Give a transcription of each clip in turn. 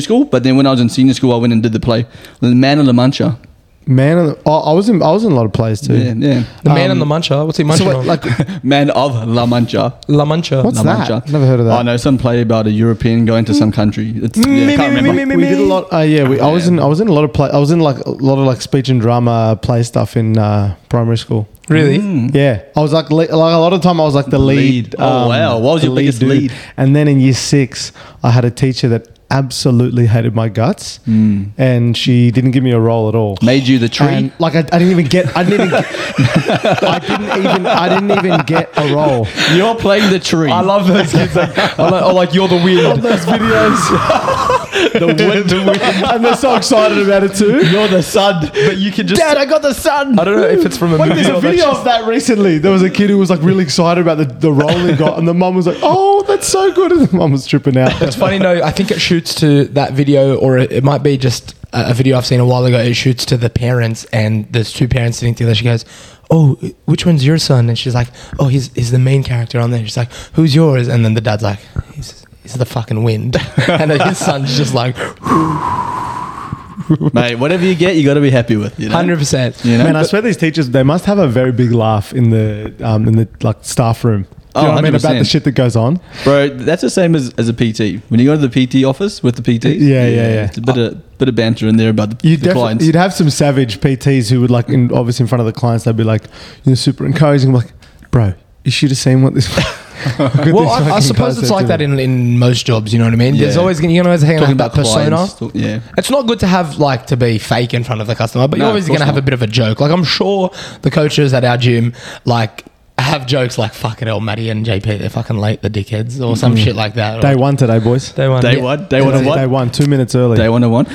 school, but then when I was in senior school, I went and did the play, the Man of the Muncher. Man, of the, oh, I was in. I was in a lot of plays too. Yeah, yeah. The man in the muncher. What's he munching So wait, on? like, Man of La Mancha. La Muncha. What's La that? Mancha. Never heard of that. I know some play about a European going to some country. It's, yeah, I can't remember. we did a lot. Uh, yeah, we, I was in. I was in a lot of play. I was in like a lot of like speech and drama play stuff in uh, primary school. Really? Mm. Yeah, I was like, le- like a lot of time I was like the lead. um, Lead. Oh, wow. What was the your biggest dude. lead? And then in year six, I had a teacher that absolutely hated my guts, Mm. and she didn't give me a role at all. Made you the tree. And like I, I didn't even get. I didn't even. Get, I didn't even. I didn't even get a role. You're playing the tree. I love those kids. Like, I like, oh, like you're the weird. Those videos, the wind. and they're so excited about it too. You're the sun. But you can just. Dad, I got the sun. I don't know if it's from a Wait, movie. there's a or that's video just- of that recently. There was a kid who was like really excited about the, the role he got, and the mum was like, "Oh, that's so good," and the mum was tripping out. It's funny, no, I think it shoots to that video, or it, it might be just a, a video I've seen a while ago. It shoots to the parents, and there's two parents sitting together. She goes, Oh, which one's your son? And she's like, Oh, he's, he's the main character on there. She's like, Who's yours? And then the dad's like, He's, he's the fucking wind. and then his son's just like, Mate, whatever you get, you got to be happy with. You know? 100%. You know? Man, I swear these teachers they must have a very big laugh in the um, in the like staff room. Do you Oh, know what I mean about the 100%. shit that goes on? Bro, that's the same as, as a PT. When you go to the PT office with the PTs, Yeah, yeah, yeah. It's a bit of bit of banter in there about the, You the clients. definitely you'd have some savage PTs who would like, in, obviously in front of the clients, they'd be like, "You're super encouraging." I'm like, bro, you should have seen what this. Well, I, I suppose it's like that in, in most jobs, you know what I mean? There's Yeah. always, you're always hanging Talking about about that persona. clients. Talk- yeah. It's not good to have like to be fake in front of the customer, but No, you're of always course going to have not. a bit of a joke. Like I'm sure the coaches at our gym like have jokes like "fucking hell, Maddie and JP, they're fucking late, the dickheads" or some Mm. shit like that. Day or, one today, boys. Day one. Day Yeah. one, day one, and Day one, one, two minutes early. day one, and one.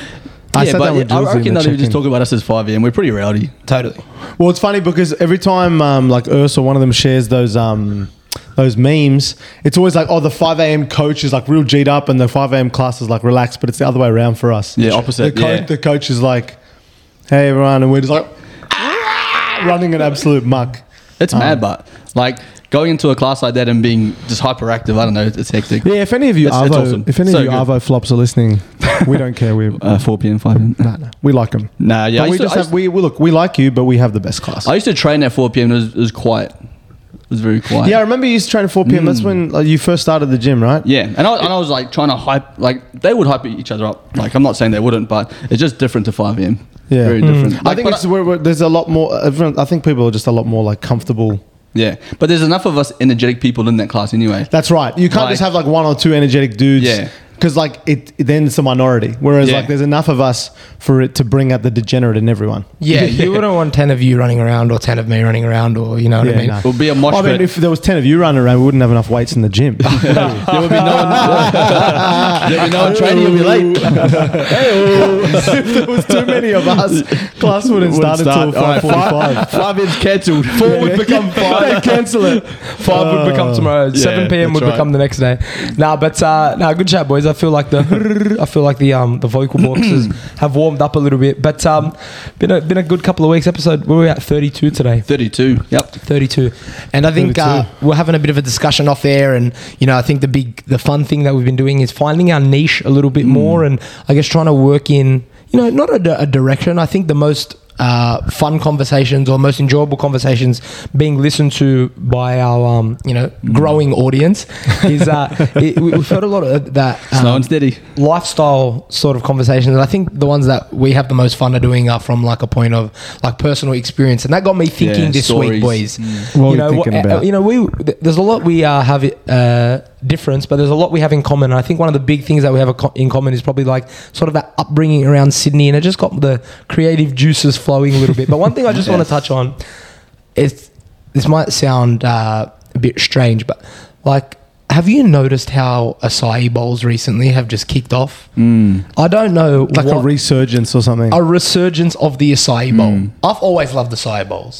I yeah, said that but with yeah, I Jules in reckon the they'll even just check-in. talk about us as five and We're pretty rowdy. Totally. Well, it's funny because every time um, like Ursa, one of them shares those um, those memes, it's always like, oh, the 5 a.m. coach is like real G'd up and the 5 a.m. class is like relaxed, but it's the other way around for us. Yeah, opposite, The, co- yeah. the coach is like, hey, everyone. And we're just like, running an absolute muck. It's mad, but like going into a class like that and being just hyperactive, I don't know, it's hectic. Yeah, if any of you That's- Arvo, that's awesome. if any So of you good. Arvo flops are listening, we don't care. We, Uh, 4 p.m., 5 p.m. nah, nah, we like them. Nah, yeah. I but we used, to, just I, have, used, we, we look, we like you, but we have the best class. I used to train at 4 p.m. It was, it was quiet. It was very quiet. yeah, I remember you used to train at 4 p.m. Hmm. That's when like, you first started the gym, right? Yeah, and I, and I was like trying to hype, like they would hype each other up. Like I'm not saying they wouldn't, but it's just different to 5 a.m. Yeah. very Mm. different. I Like, think but it's where, where there's a lot more. Everyone, I think people are just a lot more like comfortable. yeah, but there's enough of us energetic people in that class anyway. That's right. You can't Like- just have like one or two energetic dudes. Yeah. Because like it, then it's a minority. Whereas Yeah. like there's enough of us for it to bring out the degenerate in everyone. Yeah, you wouldn't want ten of you running around or ten of me running around, or you know what Yeah, I mean. nah. It'll be a mosh I mean, pit. if there was ten of you running around, we wouldn't have enough weights in the gym. there would be no one. there would be no one training. You'll be late. if there was too many of us, class wouldn't, start until five forty-five. Five is cancelled. Four would become They five. cancel it. Five would become tomorrow. Seven p.m. that's would become right. the next day. Nah, but uh, nah, good chat, boys. I feel like the I feel like the um the vocal boxes have warmed up a little bit. But um, been a been a good couple of weeks. Episode where we at thirty two today. Thirty-two. Yep. 32 and i think uh, we're having a bit of a discussion off air and you know i think the big the fun thing that we've been doing is finding our niche a little bit more and i guess trying to work in you know not a, di- a direction i think the most uh, fun conversations or most enjoyable conversations being listened to by our um, you know growing audience is uh, it, we- we've heard a lot of that um, Slow and steady. lifestyle sort of conversations. And I think the ones that we have the most fun at doing are from like a point of like personal experience. And that got me thinking Yeah, this stories. Mm. week, boys. What were you you know, thinking wha- about? uh, you know, we th- there's a lot we uh, have uh, difference, but there's a lot we have in common. And I think one of the big things that we have a co- in common is probably like sort of that upbringing around Sydney, and it just got the creative juices flowing a little bit. But one thing I just want to touch on is this might sound uh, a bit strange, but like. Have you noticed how acai bowls recently have just kicked off? I don't know. Mm. Like a Mm. what- resurgence or something. a resurgence of the acai bowl. I've always loved acai bowls.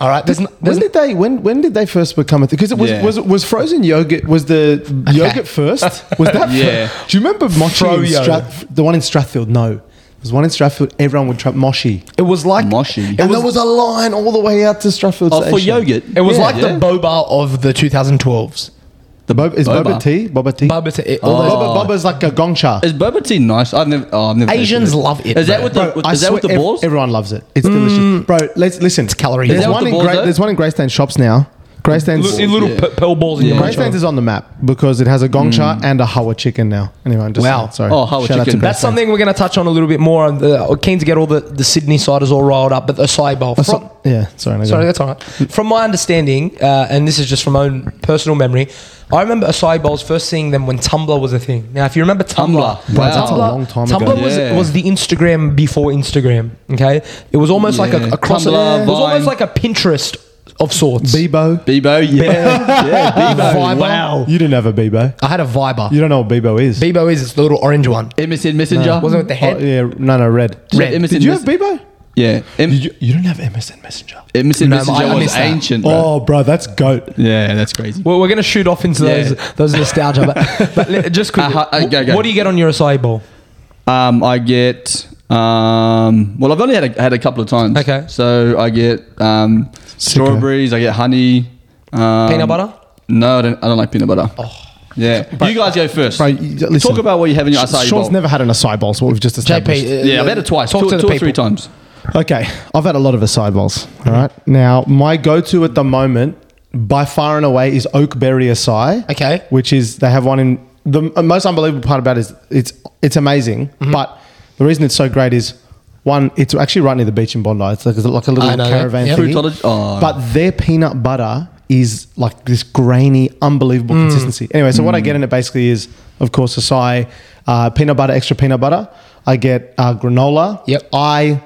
All right, there's, n- When there's did they when when did they first become a thing? Because it was, Yeah. was was frozen yogurt was the yogurt first? Was that fir- Yeah. Do you remember Moshi in Froyo. Strath, the one in Strathfield? No. There was one in Strathfield, everyone would try Moshi. it was like Moshi. and there was uh, a line all the way out to Strathfield Oh, for station. yogurt. it was Yeah. like Yeah. the boba Oh. of the 2012s. The Bob, is boba, tea? Boba tea? Bubba to it, all those- Boba, boba's like a gongcha. Is boba tea nice? I've never. Oh, I've never tasted Asians love it, Is that bro. with the Bro, with, I is that with the swear ev- balls? everyone loves it. It's Mm. delicious, bro. Let's listen. It's calorie There's Is that one with in the balls, Grey, though? there's one in Greystanes shops now. Greystanes, in little pe- pearl balls in your mouth. Greystanes is on the map because it has a gongcha and a hawa chicken now. Anyway, I'm just Wow. saying, sorry. Mm. Oh, hawa Shout out to chicken. Greystanes. That's That's something we're going to touch on a little bit more. I'm uh, keen to get all the, the Sydney siders all riled up, but the acai bowl. That's From, so- yeah, sorry. no, go sorry, on. that's all right. From my understanding, uh, and this is just from my own personal memory, I remember acai bowls first seeing them when Tumblr was a thing. Now, if you remember Tumblr, Tumblr. Wow. That's a long time Tumblr ago. was, Yeah. was the Instagram before Instagram. Okay, it was almost like a, Yeah. a cross. Tumblr, it was Vine. almost like a Pinterest of sorts. Bebo. Bebo, yeah, yeah, Bebo. Vibe. Wow. You didn't have a Bebo. I had a Viber. You don't know what Bebo is. Bebo is it's the little orange one. MSN Messenger. Wasn't with the Oh, head. yeah, no, no, red. Did Red. MSN Did you have Mes- Bebo? Yeah, M- Did you, you don't have MSN Messenger. MSN No, I- I Messenger missed was that. ancient. Bro. Oh, bro, that's goat. Yeah, that's crazy. Well, we're going to shoot off into Yeah. those those nostalgia, but, but let- just quickly, Uh-huh, uh, go, go. what do you get on your acai bowl? Um, I get. Um, well, I've only had a, had a couple of times. Okay. So I get um, strawberries. I get honey. Um, Peanut butter? Oh. No, I don't, I don't like peanut butter. Yeah. you guys go first. Bro, you- listen. Talk about what you have in your acai Sean's bowl. never had an acai bowl, so what we've just established. JP, uh, yeah, I've had it twice. Talk two, to the two or people. three times. Okay, I've had a lot of acai bowls. All right, now my go-to at the moment, by far and away, is oak berry acai. Okay. which is they have one in the m- most unbelievable part about it is it's it's amazing, Mm-hmm. but the reason it's so great is one, it's actually right near the beach in Bondi. It's like, it's like a little I know that. caravan Yeah. thingy. Fruitology- oh. But their peanut butter is like this grainy, unbelievable consistency. Anyway, so what I get in it basically is, of course, acai, uh, peanut butter, extra peanut butter. I get uh, granola. Yep. I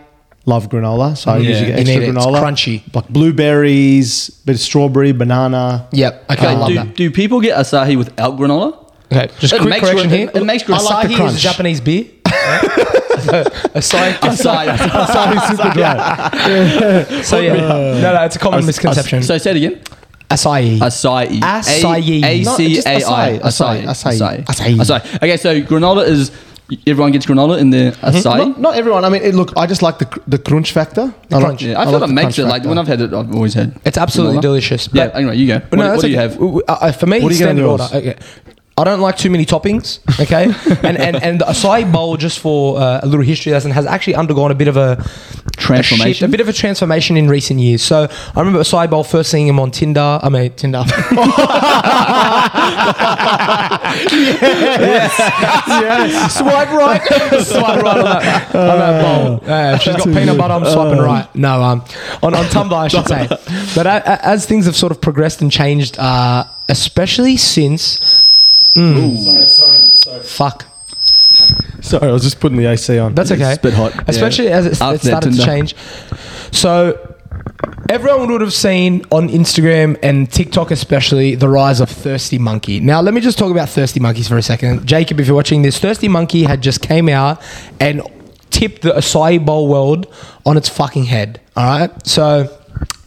love granola, so I Yeah. usually get You extra need it. It's granola. crunchy. Like blueberries, bit of strawberry, banana. Yep. Okay, I Okay, love do, that. do people get asahi without granola? Okay, just It quick makes correction you- here. it- it makes you- I like the Asahi crunch. is Japanese beer. Asahi. Asahi. Acai is super dry. So yeah, no, no, it's a common As- misconception. so say it again. Acai. Acai. Acai. A No, C just A I. acai, acai, acai. Acai. Acai. Okay, so granola is everyone gets granola in their Mm-hmm. acai. Not, not everyone. I mean, it, look, I just like the cr- the crunch factor. I like- crunch. Yeah, I, feel like like the it makes it crunch like factor. when I've had it, I've always had. It's absolutely granola. delicious. Yeah. but- Anyway, you go. What, what that's do you okay. have? W- w- uh, uh, for me, What do you get on standard yours? order. Okay. I don't like too many toppings, okay? and, and and the acai bowl, just for uh, a little history lesson, has actually undergone a bit of a a shift, Transformation? a, bit of a transformation in recent years. So I remember acai bowl first seeing him on Tinder. I mean Tinder. yes. Swipe right. Swipe right on that, on that bowl. Yeah, if she's got peanut butter. I'm swiping right. No, um, on, on Tumblr, I should say. But a a- as things have sort of progressed and changed, uh, especially since. Mm, sorry, sorry, sorry. Fuck. Sorry, I was just putting the AC on. That's okay. It's a bit hot. Especially as it, After it that started to Tinder. change. So everyone would have seen on Instagram and TikTok especially the rise of Thirsty Monkey. Now let me just talk about Thirsty Monkeys for a second. Jacob, if you're watching this, Thirsty Monkey had just came out and tipped the acai bowl world on its fucking head. All right. So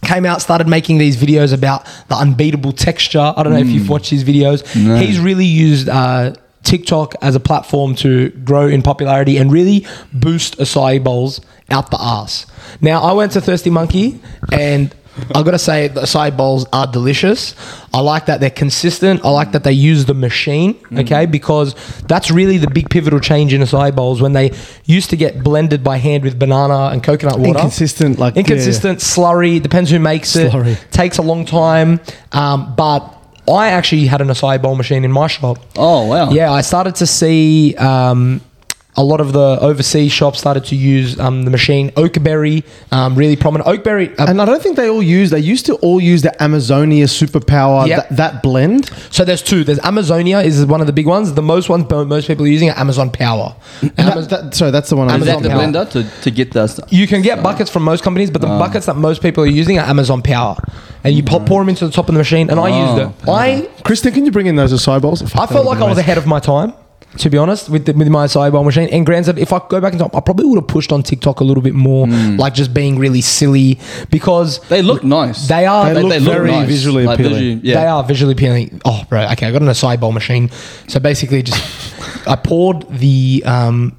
came out started making these videos about the unbeatable texture i don't know if you've watched his videos Hmm. No. he's really used uh, TikTok as a platform to grow in popularity and really boost acai bowls out the ass. Now, I went to Thirsty Monkey and I gotta say, the acai bowls are delicious. I like that they're consistent. I like that they use the machine, Mm. okay, because that's really the big pivotal change in acai bowls when they used to get blended by hand with banana and coconut water. Inconsistent, like, yeah. inconsistent, slurry, depends who makes it Slurry. takes a long time. Um, but I actually had an acai bowl machine in my shop. Oh wow. Yeah, I started to see um, a lot of the overseas shops started to use um, the machine Oakberry, um, really prominent Oakberry. Uh, And I don't think they all use. They used to all use the Amazonia superpower. Yep. That, that blend. so there's two. There's Amazonia is one of the big ones. The most ones mo- most people are using are Amazon Power. Amaz- That, that, sorry, that's the one. I Is was that the talking about. blender to, to get the? you can get buckets from most companies, but the buckets that most people are using are Amazon Power, and you pop, pour them into the top of the machine. And I Oh, used it. I Kristen, can you bring in those acai bowls? I felt like I was ahead of my time, to be honest, with the, with my acai bowl machine. And granted, if I go back in time, I probably would have pushed on TikTok a little bit more, like just being really silly because They look nice. They are- They look very visually appealing. yeah. they are visually appealing. Oh, bro. Okay, I got an acai bowl machine. So basically, just I poured the um,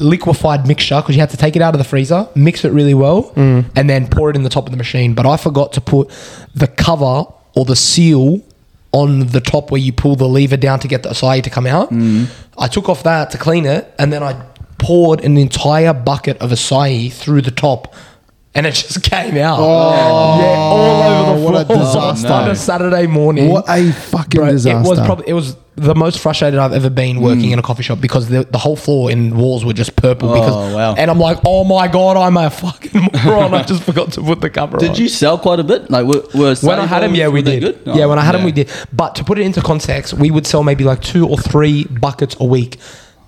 liquefied mixture because you had to take it out of the freezer, mix it really well, Mm. and then pour it in the top of the machine. But I forgot to put the cover or the seal on the top where you pull the lever down to get the acai to come out. Mm. I took off that to clean it, and then I poured an entire bucket of acai through the top, and it just came out. Oh, yeah, all over the what a floor. disaster. On Oh, a Saturday morning. Oh, What a fucking Bro, disaster. It was probably it was the most frustrated I've ever been working in a coffee shop because the, the whole floor and walls were just purple. because wow. and I'm like, oh my god, I'm a fucking moron. I just forgot to put the cover on. Did you sell quite a bit? Like, were, were When I sales had them, volumes- yeah, we were they did. good? Yeah, Oh, when I had them, we did. But to put it into context, we would sell maybe like two or three buckets a week.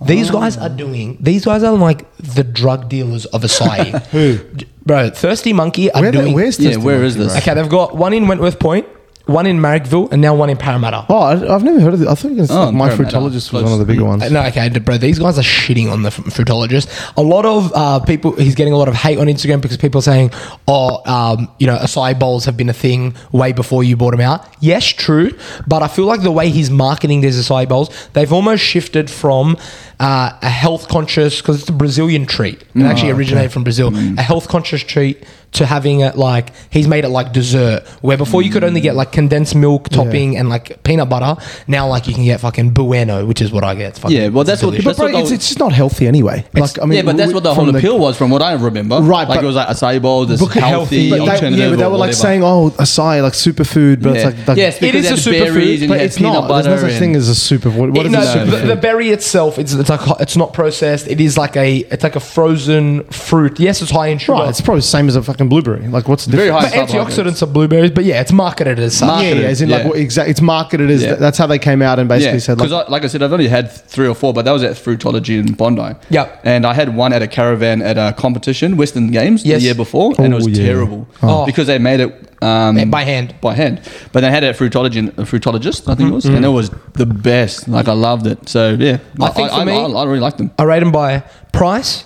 These guys are doing. These guys are like the drug dealers of Acai. Who, bro? Thirsty Monkey are Where the- doing. where's Yeah, Thirsty where is Monkey, this? bro? okay, they've got one in Wentworth Point, one in Marrickville, and now one in Parramatta. Oh, I, I've never heard of it. I thought you were going to say Oh, like, my Parramatta. fruitologist was Close. one of the bigger ones. No, okay, bro. These guys are shitting on the fr- fruitologist. A lot of uh, people, he's getting a lot of hate on Instagram because people are saying, "Oh, um, you know, acai bowls have been a thing way before you bought them out." Yes, true, but I feel like the way he's marketing these acai bowls, they've almost shifted from uh, a health conscious because it's a Brazilian treat. It actually originated from Brazil. A health conscious treat to having it like he's made it like dessert where before you could only get like condensed milk topping and like peanut butter now like you can get fucking bueno which is what i get It's fucking Yeah, well, that's what- delicious. But That's bro, what the- it's, it's just not healthy anyway. Like, I mean, yeah, but that's we- what the from whole appeal was, from what I remember. Right, like but- it was like acai bowls, this Look healthy, at healthy, But they, alternative. yeah, but they or were like whatever. saying, "Oh, acai like superfood," but Yeah. it's like, like yes, because is it is a a superfood, berries and but you had it's peanut not. There's butter. no such thing and- as a superfood. What, what It- is no, a super the, superfood? the berry itself it's, it's like it's not processed it is like a it's like a frozen fruit yes it's high in sugar Right, it's probably the same as a fucking blueberry. Like, what's the Very difference? high but carbohydrates. antioxidants are blueberries but yeah it's marketed as such Yeah, yeah, Marketed, as in like yeah. what exactly? It's marketed as Yeah. that's how they came out and basically Yeah, said because like, like, I, said, I've only had three or four, but that was at Fruitology in Bondi. Yep. And I had one at a caravan at a competition, Western Games, Yes. the year before, and it was Oh, yeah. terrible Oh. because they made it um, by hand. By hand, but they had it at Fruitology, and- a Fruitologist, I think it was, Mm-hmm. and it was the best. Like I loved it. So yeah, I think for I, me- I, I really liked them. i rate them by price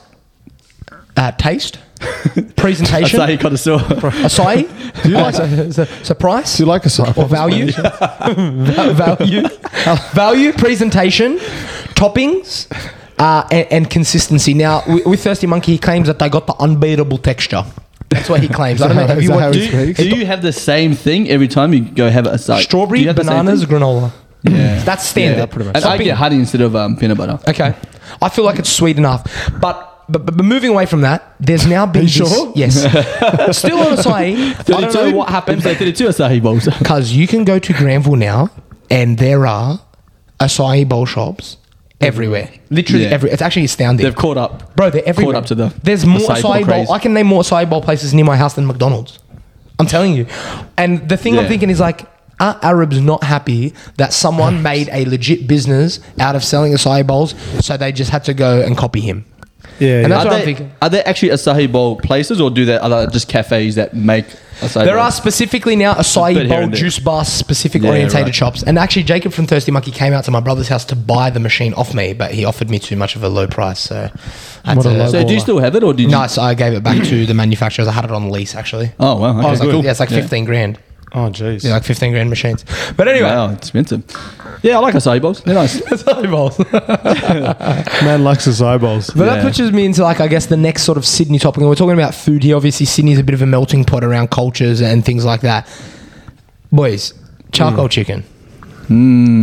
uh, taste I presentation say you got a sore. Acai? Do you like price? "Do you like acai?" or value? Va- value, value, presentation, toppings, uh, and, and consistency. Now, with, with Thirsty Monkey, he claims that they got the unbeatable texture. That's what he claims. I don't know. Is that Have you how- is watched that how he do, speaks? do you have the same thing every time you go have a side? strawberry, bananas, granola? Mm, Yeah. That's standard. that pretty much- And I get honey instead of um, peanut butter. Okay. I feel like it's sweet enough. But but, but, but moving away from that, there's now been this- sure? yes. Still on acai. I don't know what happened. They did it to acai bowls. Because you can go to Granville now, and there are acai bowl shops everywhere. Literally Yeah. every. It's actually astounding. They've caught up. Bro, they're everywhere. up to the There's more acai acai, bowl bowl. craze. I can name more acai bowl places near my house than McDonald's. I'm telling you. And the thing I'm Yeah. thinking is like, are Arabs not happy that someone made a legit business out of selling acai bowls, so they just had to go and copy him? Yeah, And yeah. that's Are what I'm they, thinking. are there actually acai bowl places or do there are there just cafes that make acai There are bowls? specifically now bit acai here bowl and there. juice bar specific Yeah, orientated right. shops. And actually, Jacob from Thirsty Monkey came out to my brother's house to buy the machine off me, but he offered me too much of a low price. So, I had What a to- low So do you still have it or did you? No, so I gave it back to the manufacturers. I had it on lease actually. Oh, wow. Okay, It's like- cool. Yeah, it's like Yeah. fifteen grand. Oh jeez. Yeah, like fifteen grand machines. But anyway, Wow, expensive. Yeah, I like acai bowls. They're nice. acai bowls. Man likes acai bowls. But that Yeah. pushes me into like I guess the next sort of Sydney topic. And we're talking about food here. Obviously, Sydney's a bit of a melting pot around cultures and things like that. Boys, charcoal chicken.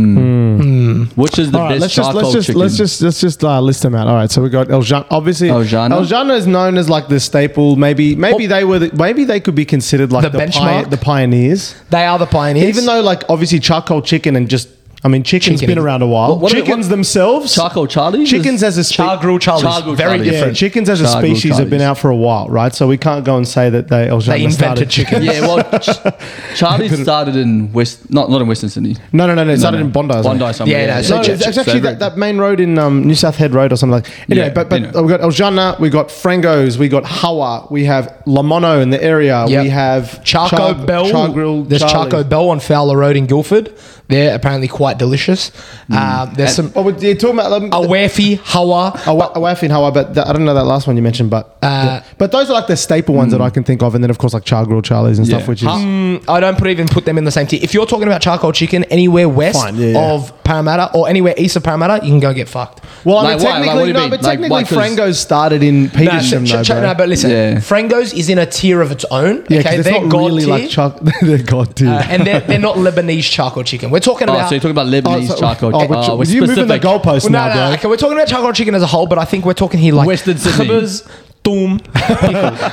Which is the All right, best let's just let's charcoal just, chicken? let's just let's just uh, list them out. All right, so we got El Jan. Obviously, El Jana? El Jana is known as like the staple. Maybe maybe Oh. they were the, maybe they could be considered like The the, pi- benchmark? the pioneers. They are the pioneers. Even though like obviously charcoal chicken and just I mean chicken's Chicken. been around a while. What- what are they- chickens what- themselves, charcoal Charlie? chickens as a spe- char grilled Charlie's Char grilled very Charlie. yeah, different. chickens as a Charcoal species have been Charlies. out for a while, right? So we can't go and say that they El Jana They invented started- chicken. yeah, well, Ch- Charlie started in West, not not in Western Sydney. No, no, no, no. It started in Bondi. isn't it? Bondi somewhere. Yeah, no, so No, Ch- it's actually So that, that main road in um, New South Head Road or something like. Anyway, Yeah, but but you know. we got El Jana, we got Frangos, we got Hawa, we have Lamono in the area, Yep. we have Charco Char- Bell. Char Grilled there's Charlie's. Charco Bell on Fowler Road in Guildford. They're apparently quite delicious. Mm. Um, there's some Oh, we're, you're talking about um, Awafi, Hawa. a wa- a waffle in Hawa, but the, I don't know that last one you mentioned, but Uh, yeah. but those are like the staple ones that I can think of, and then of course like Char Grilled Charlie's and Hmm. Yeah. stuff, which is. Ha- Mm, I don't put even put them in the same tier. If you're talking about charcoal chicken anywhere west Fine, yeah, yeah. of Parramatta or anywhere east of Parramatta, you can go get fucked. Well, I Like mean, why? Like, technically, what do you no, mean? but Like, technically, why? 'Cause- Frangos started in No, Petersham, ch- though, ch- bro. no, but listen, Yeah. Frango's is in a tier of its own. yeah, okay, because it's they're not god really tier, like Char. they're god tier. uh, and they're, they're not Lebanese charcoal chicken. We're talking Oh, about. so you're talking about Lebanese so- charcoal. oh, Oh, but you- we're you moving the specific. goalposts well, no, now, no, bro. no, okay, we're talking about charcoal chicken as a whole, but I think we're talking here like Western Sydney. kebabs, Doom, all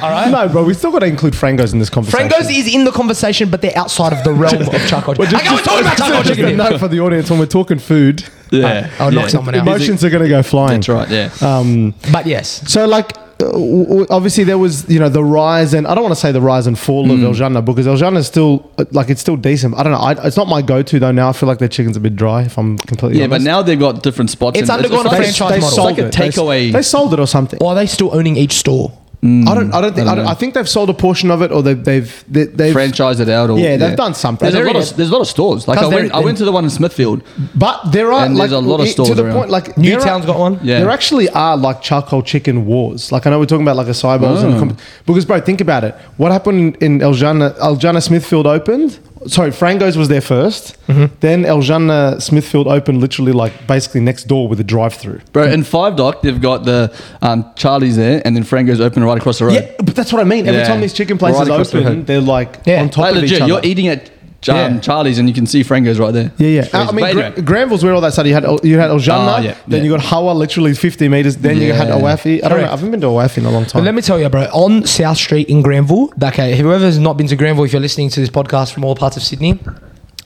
right. No, bro, we still got to include frangos in this conversation. Frangos is in the conversation, but they're outside of the realm of charcoal. Well, just- chicken. okay, we're talking about just- charcoal just chicken. a here. note for the audience when we're talking food, Yeah. I'll knock yeah. someone out. emotions are going to go flying. That's right. Yeah. Um, But yes, So like, uh, w- w- obviously there was you know the rise and I don't want to say the rise and fall of El Jana because El Jana is still uh, like it's still decent. I don't know. I, it's not my go-to though. Now I feel like their chicken's a bit dry. If I'm completely yeah, but honest. now they've got different spots. It's in- undergone a like- franchise model. It's It's like a They s- takeaway. They, sold it or something. or are they still owning each store? I don't. I don't think. I, I don't don't I think they've sold a portion of it or they've they've they, they've. franchise it out. Or, Yeah, they've done something. There's a, They're lot in of, there's a lot of stores. Like I 'Cause they're went, I in- went to the one in Smithfield. but there are And like there's a lot of it- to stores the around. point like there are- Newtown's got one. Yeah. There actually are like charcoal chicken wars. Like I know we're talking about like acai bowls and Oh. com- because bro, think about it. What happened in Eljana Eljana Smithfield opened? Sorry, Frango's was there 1st Then Eljana Smithfield opened literally like basically next door with a drive-through. Bro, in Five Dock, they've got the um, Charlie's there, and then Frango's open right across the road. Yeah, but that's what I mean. Every Yeah. time these chicken Right places across the open, road. they're like Yeah. on top Like of legit, each other. you're eating at um, Yeah. Charlie's, and you can see Frango's right there. yeah, yeah. It's I I crazy. mean, But Gra- anyway, Granville's where all that started. You had El- you had Eljana, Ah, yeah, then yeah. you got Hawa, literally 50 meters. Then you had Yeah. Awafi. I don't know. I Correct. haven't been to Awafi in a long But time. let me tell you, bro, on South Street in Granville, okay, whoever's not been to Granville, if you're listening to this podcast from all parts of Sydney,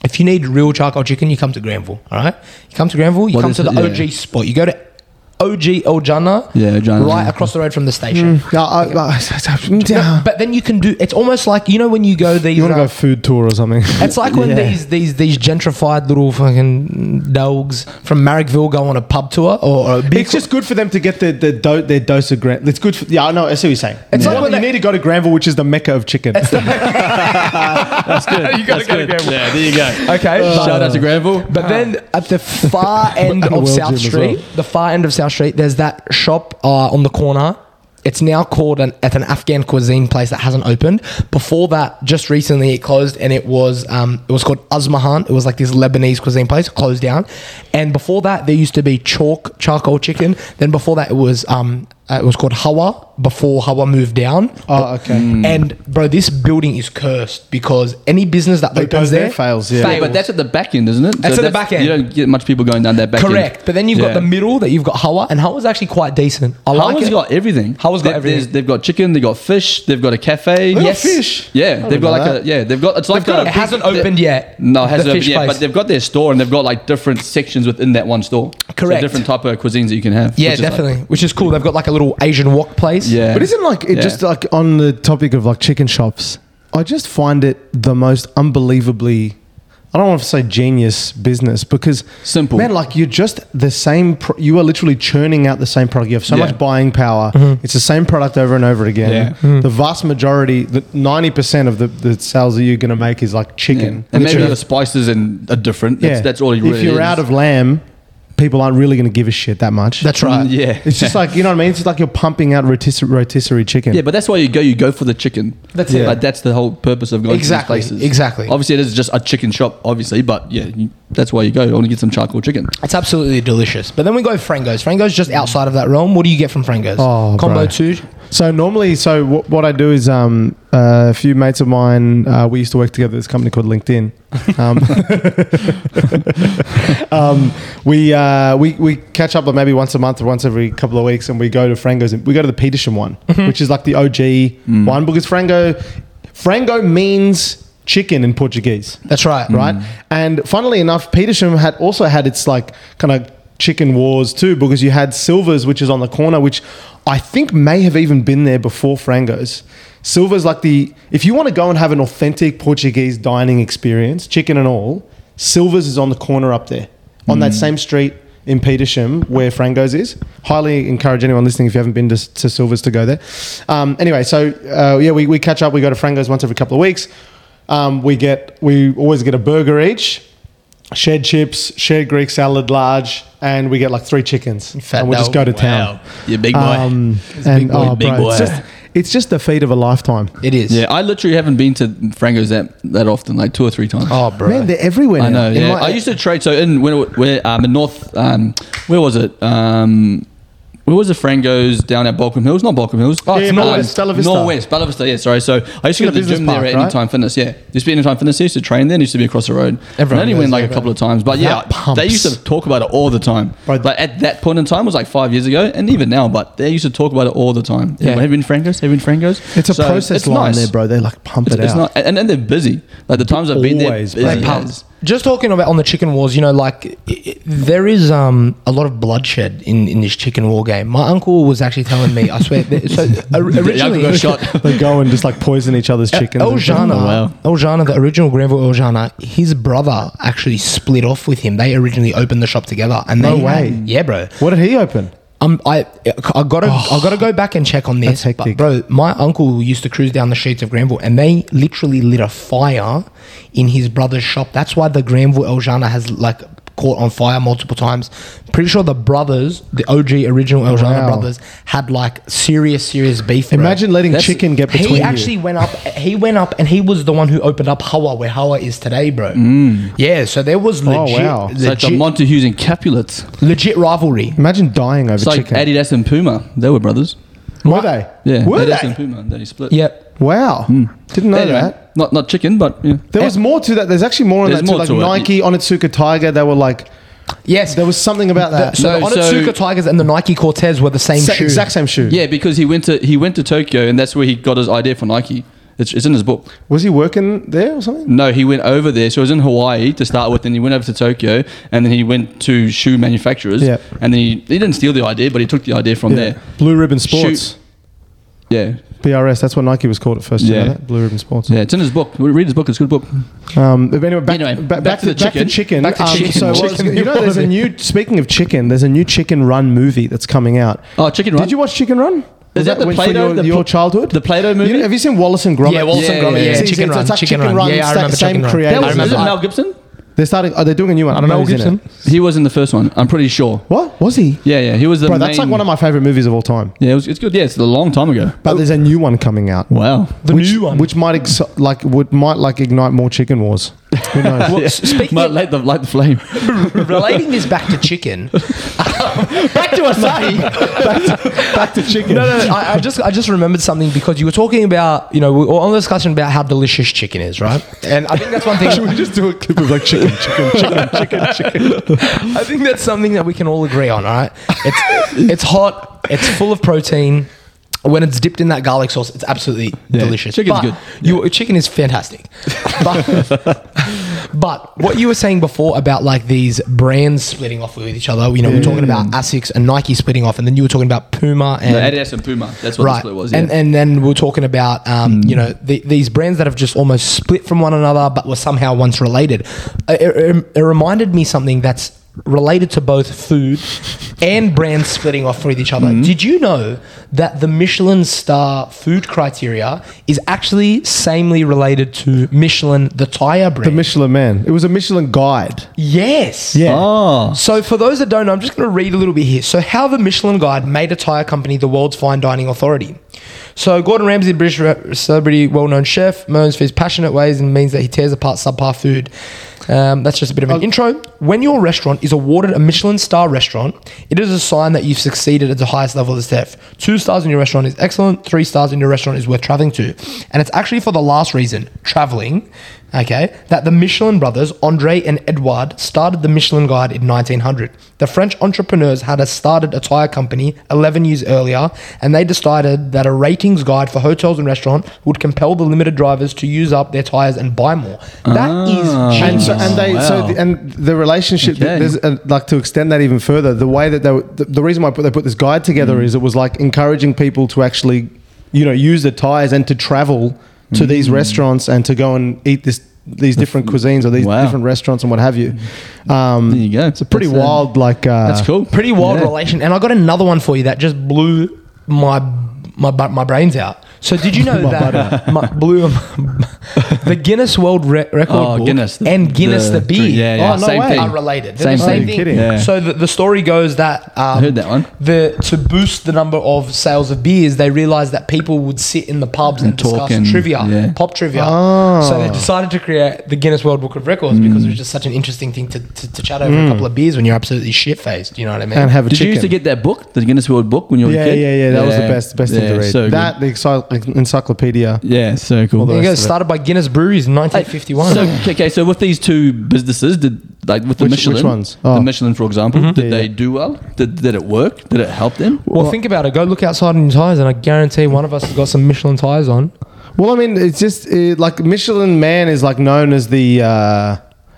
if you need real charcoal chicken, you come to Granville, all right? You come to Granville, you What come is to the it? Yeah. OG spot. You go to OG Oljana, Yeah, Mm. Oljana, right yeah. across the road from the station. no, I, I- No, but then you can do, it's almost like, you know, when you go these. You want to uh, go food tour or something? It's like when Yeah. these these these gentrified little fucking dogs from Marrickville go on a pub tour or, or a big. It's just good for them to get their their, do- their dose of Gran. It's good. For, yeah, I know. I see what you're saying. It's It's like like when you they- need to go to Granville, which is the mecca of chicken. you gotta go to Granville. yeah, there you go. Uh, Okay, but- Shout out to Granville. Ah. But then at the far And end of World Gym South as Street, well. the far end of South Street, there's that shop uh, on the corner. It's now called an at an Afghan cuisine place that hasn't opened. Before that, just recently it closed, and it was um, it was called Azmahan. It was like this Lebanese cuisine place closed down. And before that, there used to be chalk charcoal chicken. Then before that, it was um, uh, it was called Hawa. Before Hawa moved down. Oh, okay. And bro, this building is cursed because any business that, opens goes there there, fails, yeah. Yeah, but that's at the back end, isn't it? That's at the back end. You don't get much people going down that back end. Correct. But then you've Yeah. got the middle that you've got Hawa, and Hawa's actually quite decent. I like Howard's it. got everything. Howard's got everything. there's- They've got chicken. They've got fish. They've got a cafe. got Yes. fish? I Yeah, they've didn't got know like that. a yeah. They've got it's like got a a- it big- hasn't opened yet, No, it hasn't the opened fish yet. place. But they've got their store and they've got like different sections within that one store. So Correct. different type of cuisines that you can have. yeah, which is like- definitely, which is cool. They've got like a little Asian wok place. yeah. But isn't like it Yeah. just like on the topic of like chicken shops? I just find it the most unbelievably. I don't want to say genius business because Simple. man, like you're just the same. Pro- you are literally churning out the same product. You have so Yeah. much buying power. It's the same product over and over again. Yeah. The vast majority, the ninety percent of the, the sales that you're going to make is like Yeah. chicken. And maybe Literally. the spices and are different. That's, that's all you really. If you're is. out of lamb, people aren't really going to give a shit that much. that's right. Mm, yeah. it's just like you know what I mean. It's just like you're pumping out rotisserie, rotisserie chicken. Yeah, but that's why you go. You go for the chicken. That's it. Like that's the whole purpose of going Exactly, to these places. exactly. Obviously, it is just a chicken shop. Obviously, but yeah, you, that's why you go. I want to get some charcoal chicken. It's absolutely delicious. But then we go Frango's. Frango's just outside of that realm. What do you get from Frango's? Oh, combo bro. two. So normally, so what, what I do is um, uh, a few mates of mine, uh, we used to work together at this company called LinkedIn. Um, um, we, uh, we we catch up like maybe once a month or once every couple of weeks, and we go to Frango's. And we go to the Petersham one, which is like the OG one because Frango, Frango means chicken in Portuguese That's right. Mm. right? And funnily enough, Petersham had also had its like kind of chicken wars too, because you had Silvers, which is on the corner, which I think may have even been there before Frango's. Silvers, like the if you want to go and have an authentic Portuguese dining experience, chicken and all, Silvers is on the corner up there, on Hmm. that same street. In Petersham, where Frango's is, highly encourage anyone listening if you haven't been to, to Silvers to go there. Um, anyway, so uh, yeah, we, we catch up. We go to Frango's once every couple of weeks. Um, we get we always get a burger each, shared chips, shared Greek salad, large, and we get like three chickens, Fat and we just go dog. to town. Yeah, big boy. Um, and boy, oh, big bro, boy. it's just it's just the feed of a lifetime. It is. Yeah, I literally haven't been to Frango's that, that often, like two or three times. Oh, bro. Man, they're everywhere. I know. now. In e- Yeah, my- I used to trade. So in when where um, in North, um, where was it? Um, Where was the Frangos down at Balcombe Hills? Not Balcombe Hills. Oh, it's Yeah, Norwest, Bella Vista. Norwest, Bella Vista, yeah, sorry. So I used to go to In the the business gym park, there at right? Anytime Fitness, yeah. Used to be Anytime Fitness, I used to train there, and used to be across the road. Everyone I only goes went like there, a couple of times, but yeah, pumps. they used to talk about it all the time. Bro. Like at that point in time, it was like five years ago, and even now, but they used to talk about it all the time. Yeah. Yeah. Have you been Frangos? Have you been Frangos? It's a So process it's line nice. there, bro. They like pump It's, it it's out. not, and, and they're busy. Like the times I've been there, Always, busy bro. They pump. as- Just talking about on the chicken wars, you know, like i i there is um, a lot of bloodshed in, in this chicken war game. My uncle was actually telling me, I swear, that- so or- originally, got shot. Uh, they go and just like poison each other's chickens. and shit. Eljana, Oh, wow. Eljana, the original Grenville Eljana, his brother actually split off with him. They originally opened the shop together, and No they way. had- yeah, bro. What did he open? Um, I I gotta I gotta go back and check on this. Oh. That's hectic. But bro, my uncle used to cruise down the streets of Granville, and they literally lit a fire in his brother's shop. That's why the Granville Eljana has like caught on fire multiple times. Pretty sure the brothers, the OG original Eljana Wow. brothers, had like serious serious beef. bro. Imagine letting That's- chicken get between He actually you. went up. He went up, and he was the one who opened up Hawa, where Hawa is today, bro. Yeah, so there was legit, wow. It's like legit, the Montagues and Capulets. legit rivalry. Imagine dying over It's like chicken. Adidas and Puma. They were brothers. Were they? Yeah, Were Adidas they? and Puma. Then he split. Yep. Wow. Didn't know Anyway, that. Not not chicken, but yeah. There was more to that. There's actually more on There's that too. more Like to it. Nike, Onitsuka Tiger, they were like, Yes. there was something about that. So No, the Onitsuka so- Tigers and the Nike Cortez were the same Sa- shoe. Exact same shoe. Yeah, because he went to he went to Tokyo, and that's where he got his idea for Nike. It's, it's in his book. Was he working there or something? No, he went over there. So he was in Hawaii to start with, and he went over to Tokyo, and then he went to shoe manufacturers. Yeah. And then he, he didn't steal the idea, but he took the idea from there. Blue Ribbon Sports. Yeah. BRS. That's what Nike was called at first. Yeah. Yeah. Blue Ribbon Sports. Yeah, it's in his book. Read his book. It's a good book. Um, but anyway, back, Anyway, ba- back, to, the chicken. chicken. Back to um, chicken. So what- Chicken you know, there's a new. Speaking of chicken, there's a new Chicken Run movie that's coming out. Oh, Chicken Run. Did you watch Chicken Run? Was that the when- for Play-Doh- your, the your pl- childhood? the Play-Doh You know- movie? have you seen Wallace and Gromit? Yeah, Wallace and Yeah, Gromit. yeah, Yeah, yeah. It's- Chicken, it's run, like chicken Chicken Run. Run, Yeah, I sta- remember same Chicken Run. creator. I That was, remember is it that. Mel Gibson? They're starting. Oh, they're doing a new one. I don't know Mel who's in it. Gibson? He was in the first one. I'm pretty sure. What was he? Yeah, yeah. He was the Bro, main, that's like one of my favorite movies of all time. Yeah, it was, it's good. Yeah, it's a long time ago. But there's a new one coming out. Wow. The which, new one. which might ex- like would might like ignite more chicken wars. Who knows? Well, s- Speaking Might of, light the light the flame. relating this back to chicken, Back to Asahi. Back to chicken. no, no, no, I, I just I just remembered something because you were talking about you know we were on the discussion about how delicious chicken is, right? And I think that's one thing. Should we just do a clip of like chicken, chicken, chicken, chicken, chicken? I think that's something that we can all agree on, all right? It's, it's hot, it's full of protein. When it's dipped in that garlic sauce, it's absolutely delicious. chicken's But good. You, Chicken is fantastic. But, but what you were saying before about like these brands splitting off with each other, you know, we're talking about Asics and Nike splitting off, and then you were talking about Puma and. No, Adidas and Puma. That's what the split was. Yeah. And, and then we're talking about, um, you know, the, these brands that have just almost split from one another but were somehow once related. Uh, It, it, it reminded me something that's related to both food and brands splitting off with each other. Mm-hmm. Did you know that the Michelin star food criteria is actually samely related to Michelin, the tire brand? The Michelin man. It was a Michelin guide. yes. Yeah. oh. So, for those that don't know, I'm just going to read a little bit here. So, how the Michelin Guide made a tire company the world's fine dining authority. So, Gordon Ramsay, British re- celebrity, well-known chef, moans for his passionate ways and means that he tears apart subpar food. Um, that's just a bit of an intro. When your restaurant is awarded a Michelin star restaurant, it is a sign that you've succeeded at the highest level of chef. Two stars in your restaurant is excellent. Three stars in your restaurant is worth traveling to. And it's actually for the last reason, traveling, okay, that the Michelin brothers, Andre and Edouard, started the Michelin Guide in 1900. The French entrepreneurs had a started a tire company 11 years earlier, and they decided that a ratings guide for hotels and restaurants would compel the limited drivers to use up their tires and buy more. That is Ah. And genius. so, and they, so, Wow. the, and the relationship, Okay. there's, uh, like to extend that even further, the way that they, were, the, the reason why I put, they put this guide together Mm. is it was like encouraging people to actually, you know, use the tires and to travel to Mm. these restaurants and to go and eat this, these different cuisines or these Wow. different restaurants and what have you. Um, There you go. It's a pretty That's, uh, wild, like, uh, That's cool. Pretty wild Yeah. relation. And I got another one for you that just blew my my bu- my brain's out. So did you know My that my, blew the Guinness World Re- Record Oh, book Guinness. and Guinness the, The beer? drink, yeah, yeah. Oh, no Same way. thing. Are related. They're Same the same thing. thing. Kidding. Yeah. So the, the story goes that um, I heard that one. The to boost the number of sales of beers, they realized that people would sit in the pubs and, And talk discuss and- trivia, yeah. pop trivia. Oh. So they decided to create the Guinness World Book of Records because it was just such an interesting thing to, to, to chat over a couple of beers when you're absolutely shit faced. You know what I mean? and have a Did chicken. you used to get that book, the Guinness World Book, when you were a yeah, kid? yeah, yeah. That was the best, best thing yeah, to read. So that the encycl- encyclopedia. Good. Yeah, so cool. the there you go. rest of it. Started by Guinness Breweries in 1951. So okay, okay, so with these two businesses, did like with the Which- Michelin, which ones? the Oh. Michelin, for example, did Yeah, they yeah. do well? Did, did it work? Did it help them? well, think about it. Go look outside in your tires, and I guarantee one of us has got some Michelin tires on. Well, I mean, it's just uh like Michelin Man is like known as the. Uh,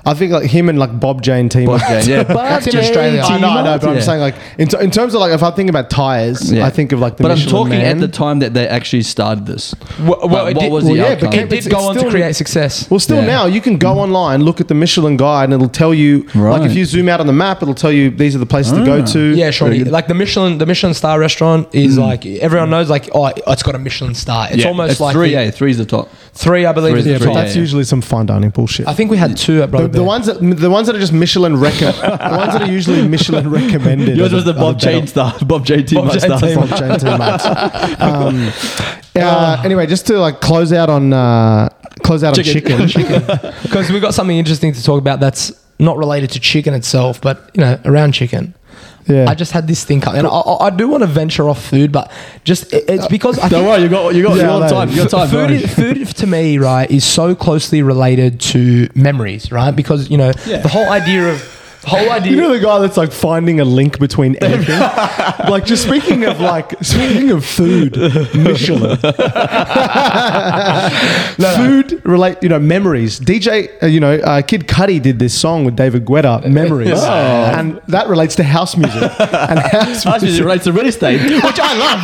I think like him and like Bob Jane team. Bob Jane, yeah. That's in Australia. I know, I know, but I'm Yeah. saying like in, t- in terms of like if I think about tires, Yeah. I think of like the but Michelin I'm talking Man. at the time that they actually started this. Well, well, Like, it what did- was well, the yeah, outcome? but it- It did It's- go it's on to still- create success. Well, still Yeah. now you can go online, look at the Michelin guide, and it'll tell you. Like Right. if you zoom out on the map, it'll tell you these are the places to Ah. go to. Yeah, sure. Like the Michelin, the Michelin star restaurant is like everyone knows. Like, oh, it's got a Michelin star. It's Mm. Yeah, almost like three. the- Yeah, three's the top. three, I believe. Three is is the the but top. three. that's yeah. usually some fine dining bullshit. I think we had two at Brother the, the Bear. ones that the ones that are just Michelin recommended, the ones that are usually Michelin recommended. Yours are was the are Bob better- Jane star, Bob Jane team Bob Jane stars. team. Bob Jane team mates. Um, uh, anyway, just to like close out on uh, close out Chicken. on chicken. because we've got something interesting to talk about that's not related to chicken itself, but you know, around chicken. yeah, I just had this thing come, and I, I I do want to venture off food, but just it- it's because I Don't think worry, you got you got Yeah, your I know. time. Your time. food, don't is, food to me, right, is so closely related to memories, right? Because you know Yeah. the whole idea of the whole idea. You know the guy that's like finding a link between everything. like just speaking of like speaking of food, Michelin, food relate. You know memories. DJ, uh, you know uh, Kid Cudi did this song with David Guetta, Memories, and that relates to house music. And house, worry. Actually, it music, relates to real estate. which I love.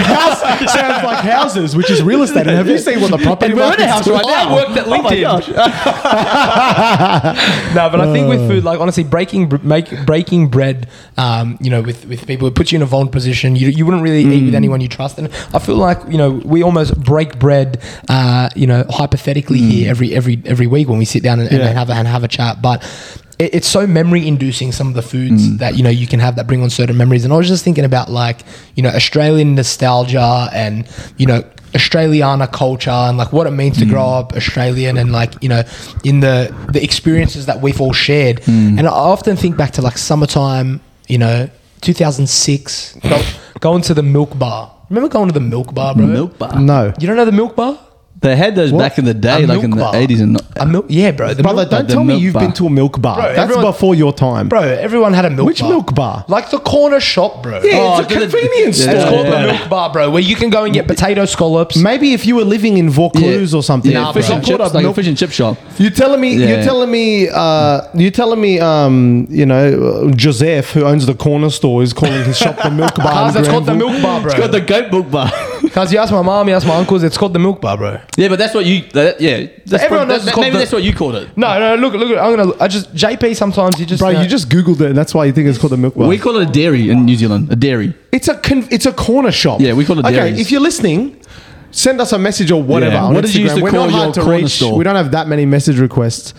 house sounds like houses, which is real estate. And have you seen what the property And we're in a market's house doing? right now. I worked at Oh my LinkedIn. gosh. Uh. No, but I think with food, like honestly, breaking br- make breaking bread, um, you know, with, with people, it puts you in a vulnerable position. You, you wouldn't really eat with Mm. anyone you trust, and I feel like you know we almost break bread, uh, you know, hypothetically Mm. here every every every week when we sit down and, and Yeah. have a, and have a chat, but. it- It's so memory inducing some of the foods Mm. that you know you can have that bring on certain memories, and I was just thinking about like you know Australian nostalgia and you know Australiana culture and like what it means to grow Mm. up Australian and like you know in the the experiences that we've all shared Mm. and I often think back to like summertime you know 2006 go, going to the milk bar remember going to the milk bar bro Milk bar. No, you don't know the milk bar They had those back in the day, A like in milk the bar. eighties and. a milk yeah bro the brother, milk bar. don't the tell me milk you've bar. been to a milk bar. Bro, That's everyone- before your time, bro everyone had a milk Which bar. milk bar? like the corner shop bro Oh, Yeah, it's it's a a good- convenience yeah, store. it's yeah, called yeah. the milk bar bro where you can go and get potato scallops Maybe if you were living in Vaucluse or something. Yeah, fish bro. and Brought chips, up like a milk- fish and chip shop. You're telling me. Yeah. You're telling me. Uh, you're telling me. Um, you know, uh, Joseph, who owns the corner store, is calling his shop the Milk Bar. Cause in that's called the Granville. milk bar, bro. It's got the goat book bar. Cause you ask my mom, you ask my uncles, it's called the milk bar, bro. yeah, but that's what you. That, yeah, that's probably- Everyone knows it's that- called maybe the- that's what you called it. No, no, look, look, I'm gonna, I just, JP sometimes you just. Bro, you just googled it, and that's why you think it's called the Milk Bar. We call it a dairy in New Zealand. A dairy. it's a con- it's a corner shop. Yeah, we call it Okay, dairies. if you're listening. Send us a message or whatever. Yeah. on What did you Instagram. used to We're call not hard your to corner reach. store? We don't have that many message requests.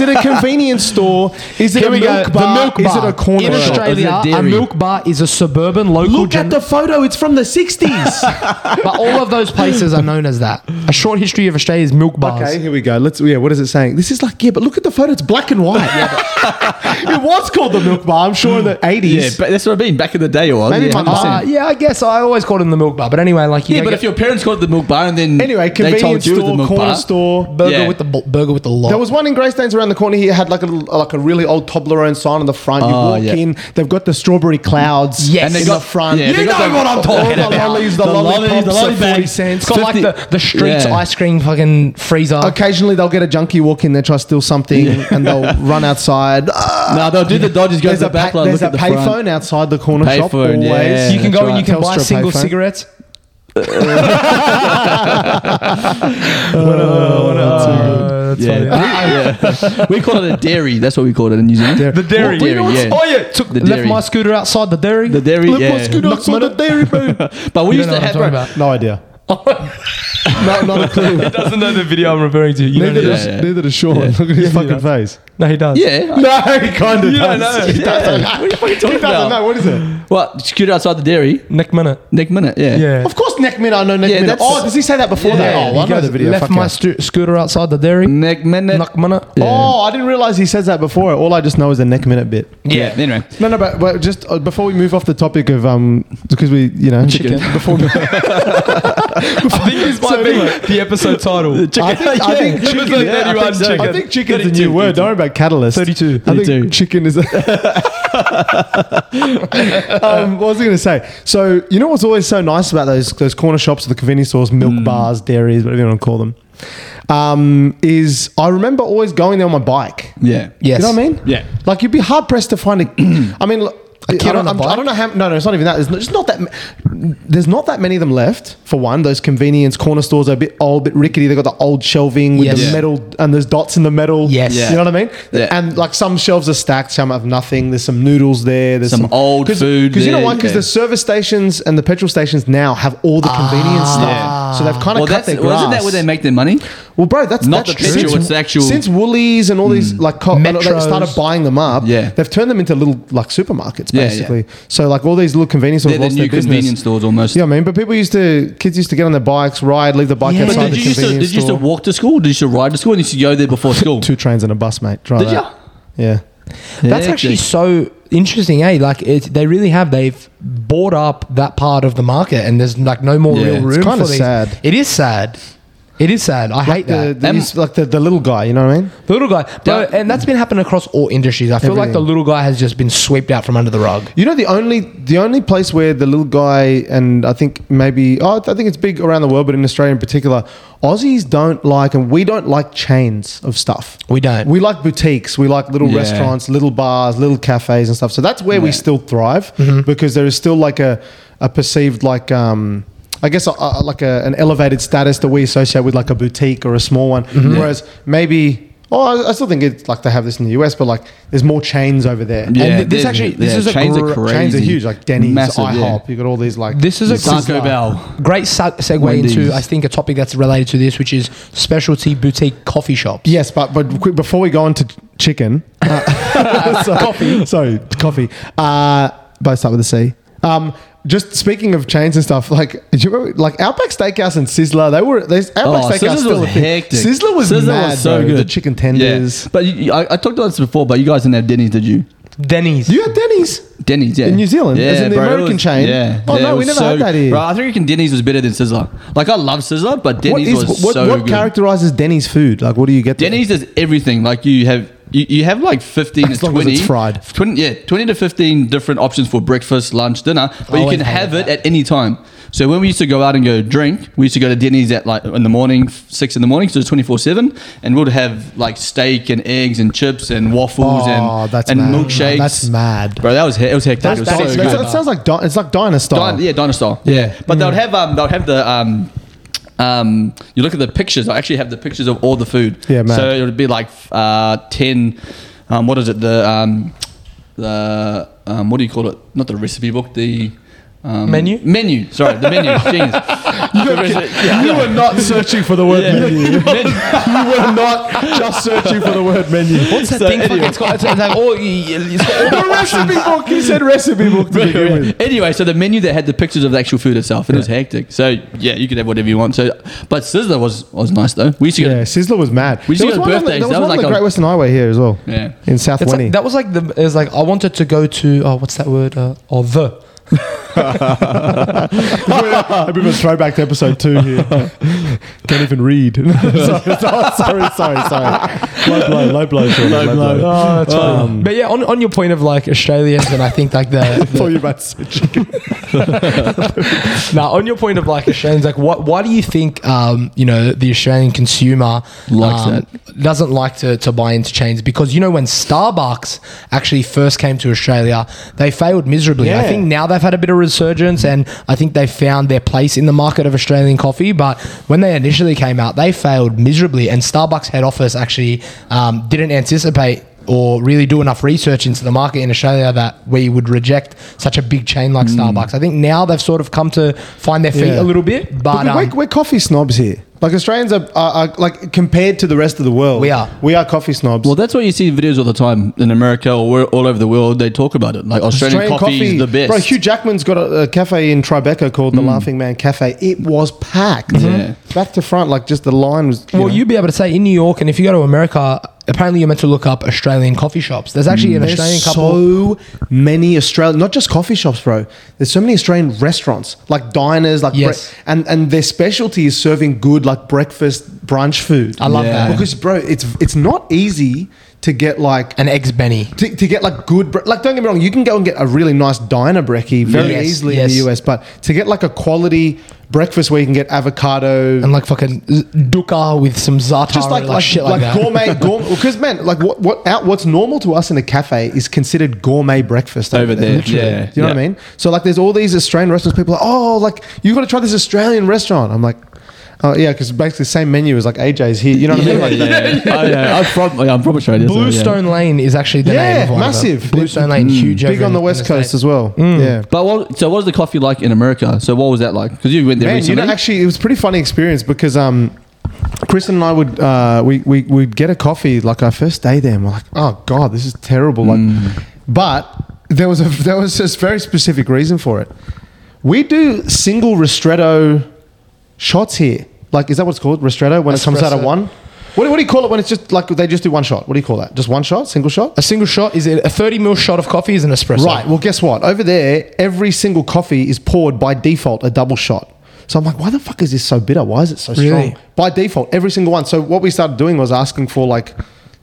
it a convenience store? Is it Here a we go. milk bar? Is it a corner in shop? Australia? Is it a a, dairy? milk bar is a suburban local. Look at the photo. It's from the 60s. but all of those places are known as that. A short history of Australia's milk bars. okay, here we go. Let's. Yeah, what is it saying? This is like. Yeah, but look at the photo. It's black and white. it was called the Milk Bar. I'm sure in the 80s. Yeah, but that's what I mean. Back in the day, it was. Maybe yeah, my mom- Ah, 100%. yeah, I guess I always called them the milk bar, but anyway, like you Yeah, know, but get if your parents called it the milk bar and then anyway, they told convenience you it was store, the milk corner bar. store. burger yeah. with the bu- burger with the lot. There was one in Greystanes around the corner here. Had like a little- like a really old Toblerone sign on the front. You Oh, walk yeah. in, they've got the strawberry clouds. Yes. and And they in got- the front. yeah, they got the- all the lollies, the, The lollies, lollipops the lolly are bags. forty cents. it's got like 50 the the streets Yeah. ice cream fucking freezer. Occasionally they'll get a junkie walk in there, try to steal something, and they'll run outside. Ah! No, they'll do the Dodgers go to There's the a, back pay, line. there's Look a at the front. payphone outside the corner shop Payphone, always. yeah. you can that's go and right. you can buy Telstra single payphone. cigarettes. Uh, that's funny. yeah. we call it a dairy. That's what we call it in New Zealand. The dairy. Or dairy, yeah. Oh yeah, took The left dairy. my scooter outside the dairy. The dairy, Look yeah. what's good outside the dairy, bro. But we You used don't to know have. what I'm bro, talking No idea. about. no, not a clue. he doesn't know the video I'm referring to. You Neither, don't know. does, yeah. neither does Sean. Look at his fucking face. No, he does. Yeah. No, he kind of You don't know. does. He doesn't. What are you fucking He talking doesn't know. about? What is it? What? Scooter outside the dairy. Neck minute. Nick Minute. Yeah. Yeah. Of course, neck minute. I know neck Yeah, minute. that's- Oh, does he say that before that? Oh, I He know goes, the video. Left Fuck my yeah. stu- scooter outside the dairy. Neck Minute. Neck minute. Yeah. Oh, I didn't realize he says that before. All I just know is the neck minute bit. yeah. Anyway. No, no, but, but just uh, before we move off the topic of um, because we, you know, Chicken. Before, I think this So anyway. the episode title. I think, I think Yeah. chicken. Episode yeah, I 31, think, so. I chicken. think chicken's a 32, new word. Don't worry about catalyst. 32. I think 32. chicken is. A um, what was I going to say? So you know what's always so nice about those those corner shops, the convenience stores, milk Mm. bars, dairies, whatever you want to call them, um, is I remember always going there on my bike. Yeah. Yes. You know what I mean? Yeah. Like you'd be hard pressed to find a. I mean, look, I kid don't, on a I'm- bike? I don't know how. No, no, it's not even that. There's just not that. m- There's not that many of them left. For one, those convenience corner stores are a bit old, bit rickety. They have got the old shelving with Yes. the Yeah. metal and there's dots in the metal. Yes. Yeah. you know what I mean. Yeah. And like some shelves are stacked, some have nothing. There's some noodles there. There's Some some, old food Because you know there, why? Because yeah. the service stations and the petrol stations now have all the convenience stuff. Yeah. So they've kind Ah. of Well, cut that's, their well, grass. isn't that where they make their money? Well, bro, that's Not that's the picture, Since- it's the actual- Mm. Since Woolies and all these like co- they Metros. started buying them up, Yeah. they've turned them into little like supermarkets Yeah, yeah. basically. So like all these little convenience stores They're the lost new their convenience business. stores almost. Yeah, I mean, but people used to kids used to get on their bikes, ride, leave the bike Yeah. But But outside did the you, used to, did you convenience used to store. walk to school? Did you used to ride to school? And you used to go there before school? Two trains and a bus, mate. Try Did that. Yeah. That's actually so interesting, eh? Like it, they really have. They've bought up that part of the market, and there's like no more Yeah. real It's room. kinda for these. sad. It is sad. It is sad. I hate The, that. the, Em- used- like the, the little guy, you know what I mean? The little guy, bro, Yeah. and that's been happening across all industries. I feel like Everything. the little guy has just been swept out from under the rug. You know the only the only place where the little guy and I think maybe oh I think it's big around the world, but in Australia in particular, Aussies don't like and we don't like chains of stuff. We don't. We like boutiques. We like little Yeah. restaurants, little bars, little cafes and stuff. So that's where we Yeah. Mm-hmm. still thrive because there is still like a a perceived like um. I guess a, a, like a, an elevated status that we associate with like a boutique or a small one, Mm-hmm. whereas maybe oh I, I still think it's like they have this in the US, but like there's more chains over Yeah, there. And th- this there's- actually- this yeah, is a chains gr- are crazy. chains are huge, like Denny's, Massive, yeah. IHOP. You got all these like. This is a Taco great- Bell. Great sa- segue Wendy's. into I think a topic that's related to this, which is specialty boutique coffee shops. yes, but but quick, before we go on to ch- chicken, uh, sorry, coffee. Sorry, coffee. Uh, both start with a C. Um, just speaking of chains and stuff, like do you remember, like Outback Steakhouse and Sizzler, they were they, Outback Oh, Steakhouse Sizzler still was a thing. hectic. Sizzler was mad, so bro. good. The chicken tenders. Yeah. But you, you- I, I talked about this before, but you guys didn't have Denny's, did you? Denny's. You had Denny's. Denny's, yeah. In New Zealand? Yeah, As in the bro, it American was- chain? Yeah. Oh, yeah, no, it we was never so, had that here. Bro, I reckon Denny's was better than Sizzler. Like, I love Sizzler, but What Denny's is was what, so what good. characterizes Denny's food? Like, what do you get? there? Denny's is everything. Like you have you, you have like fifteen As to long as twenty. it's fried. 20 yeah, twenty to fifteen different options for breakfast, lunch, dinner. But you Oh, Always can have hated it at any time. So when we used to go out and go drink, we used to go to Denny's at like in the morning, f- six in the morning, so it's twenty four seven, and we'd have like steak and eggs and chips and waffles Oh, and that's and mad. milkshakes. That's mad. bro. That was he- it was hectic. That's, it was that, so is- good. that sounds like di- it's like diner style. Din- yeah, dinosaur. Yeah. Mm. But they'll have um they'll have the um um you look at the pictures. I actually have the pictures of all the food. Yeah, man. So it would be like uh ten um what is it the um the um what do you call it? Not the recipe book the. Um, Menu? Menu. Sorry, the menu. Genius. The reci- yeah, I know. were not searching for the word Yeah. you were not just searching for the word menu. What's That thing fucking- it's got- it's- it's like, oh, it's got all the recipe book? He said recipe book to begin with. Anyway, so the menu that had the pictures of the actual food itself, it was hectic. So yeah, you could have whatever you want. So, but Sizzler was was nice though. We used to go Yeah, Sizzler was mad. We used to There go was to one on the, birthdays, there that was was one on the like a- Great Western Highway here as well. Yeah. in South That's Winnie. like, that was like the it was like I wanted to go to oh what's that word uh, oh the a bit of a throwback to episode two here. Can't even read. sorry, sorry, sorry, sorry. low blow, low blow, Sean, Low blow. Oh, that's Um, funny. But yeah, on, on your point of like Australians, and I think like the, Thought you were about to say chicken. now on your point of like Australians, like what why do you think um, you know the Australian consumer Likes um, doesn't like to, to buy into chains because you know when Starbucks actually first came to Australia, they failed miserably. I Yeah. think now they've had a bit of resurgence and I think they found their place in the market of Australian coffee. But when they initially came out, they failed miserably, and Starbucks head office actually um, didn't anticipate. Or really do enough research into the market in Australia that we would reject such a big chain like Starbucks. I think now they've sort of come to find their feet Yeah. a little bit, but, But um, we're, we're coffee snobs here. Like Australians are, are, are like compared to the rest of the world. We are. We are coffee snobs. Well, that's why you see videos all the time in America or where- all over the world. They talk about it. Like Australian, coffee, is the best. Mm. Bro, Hugh Jackman's got a, a cafe in Tribeca called the Laughing Man Cafe. It was packed. Yeah. Back to front, like just the line was. well, know. you'd be able to say in New York, and if you go to America, apparently you're meant to look up Australian coffee shops. There's actually an There's Australian couple. so many Australian, not just coffee shops, bro. There's so many Australian restaurants, like diners, like Yes. bre- and and their specialty is serving good like breakfast brunch food. I love Yeah. that. because bro, it's it's not easy to get like An ex Benny. to, to get like good, bre- like don't get me wrong, you can go and get a really nice diner brekkie very Yes, easily yes. in the US, but to get like a quality breakfast where you can get avocado, and like fucking z- dukkha with some za'atar, just like and, like, like, shit like, that. gourmet, gourmet. Because man, like what what out, what's normal to us in a cafe is considered gourmet breakfast Over there, yeah, Do you know what yeah. I mean? So like, there's all these Australian restaurants. People are oh, like you got to try this Australian restaurant. I'm like, oh yeah, because basically the same menu as like AJ's here. You know what I mean? yeah, Like, yeah. Oh, yeah. I'm from yeah, I'm from Australia. so, yeah. Bluestone Lane is actually the Yeah, name of one. of them. massive. Bluestone Lane, huge. Big over on in- the in west coast States. as well. Yeah. But what, so, what was the coffee like in America? So, what was that like? Because you went there Man, recently. you know, actually, it was a pretty funny experience because um, Kristen and I would uh, we we would get a coffee like our first day there, and we're like, oh god, this is terrible. Like, but there was a there was this very specific reason for it. We do single ristretto shots here. Like, is that what's called ristretto when it comes out of Espresso. one? What, do- what do you call it when it's just like they just do one shot? What do you call that? Just one shot, single shot. A single shot is it a 30 mil shot of coffee is an espresso. Right. Well, guess what? Over there, every single coffee is poured by default a double shot. So I'm like, why the fuck is this so bitter? Why is it so Really? strong? By default, every single one. So what we started doing was asking for like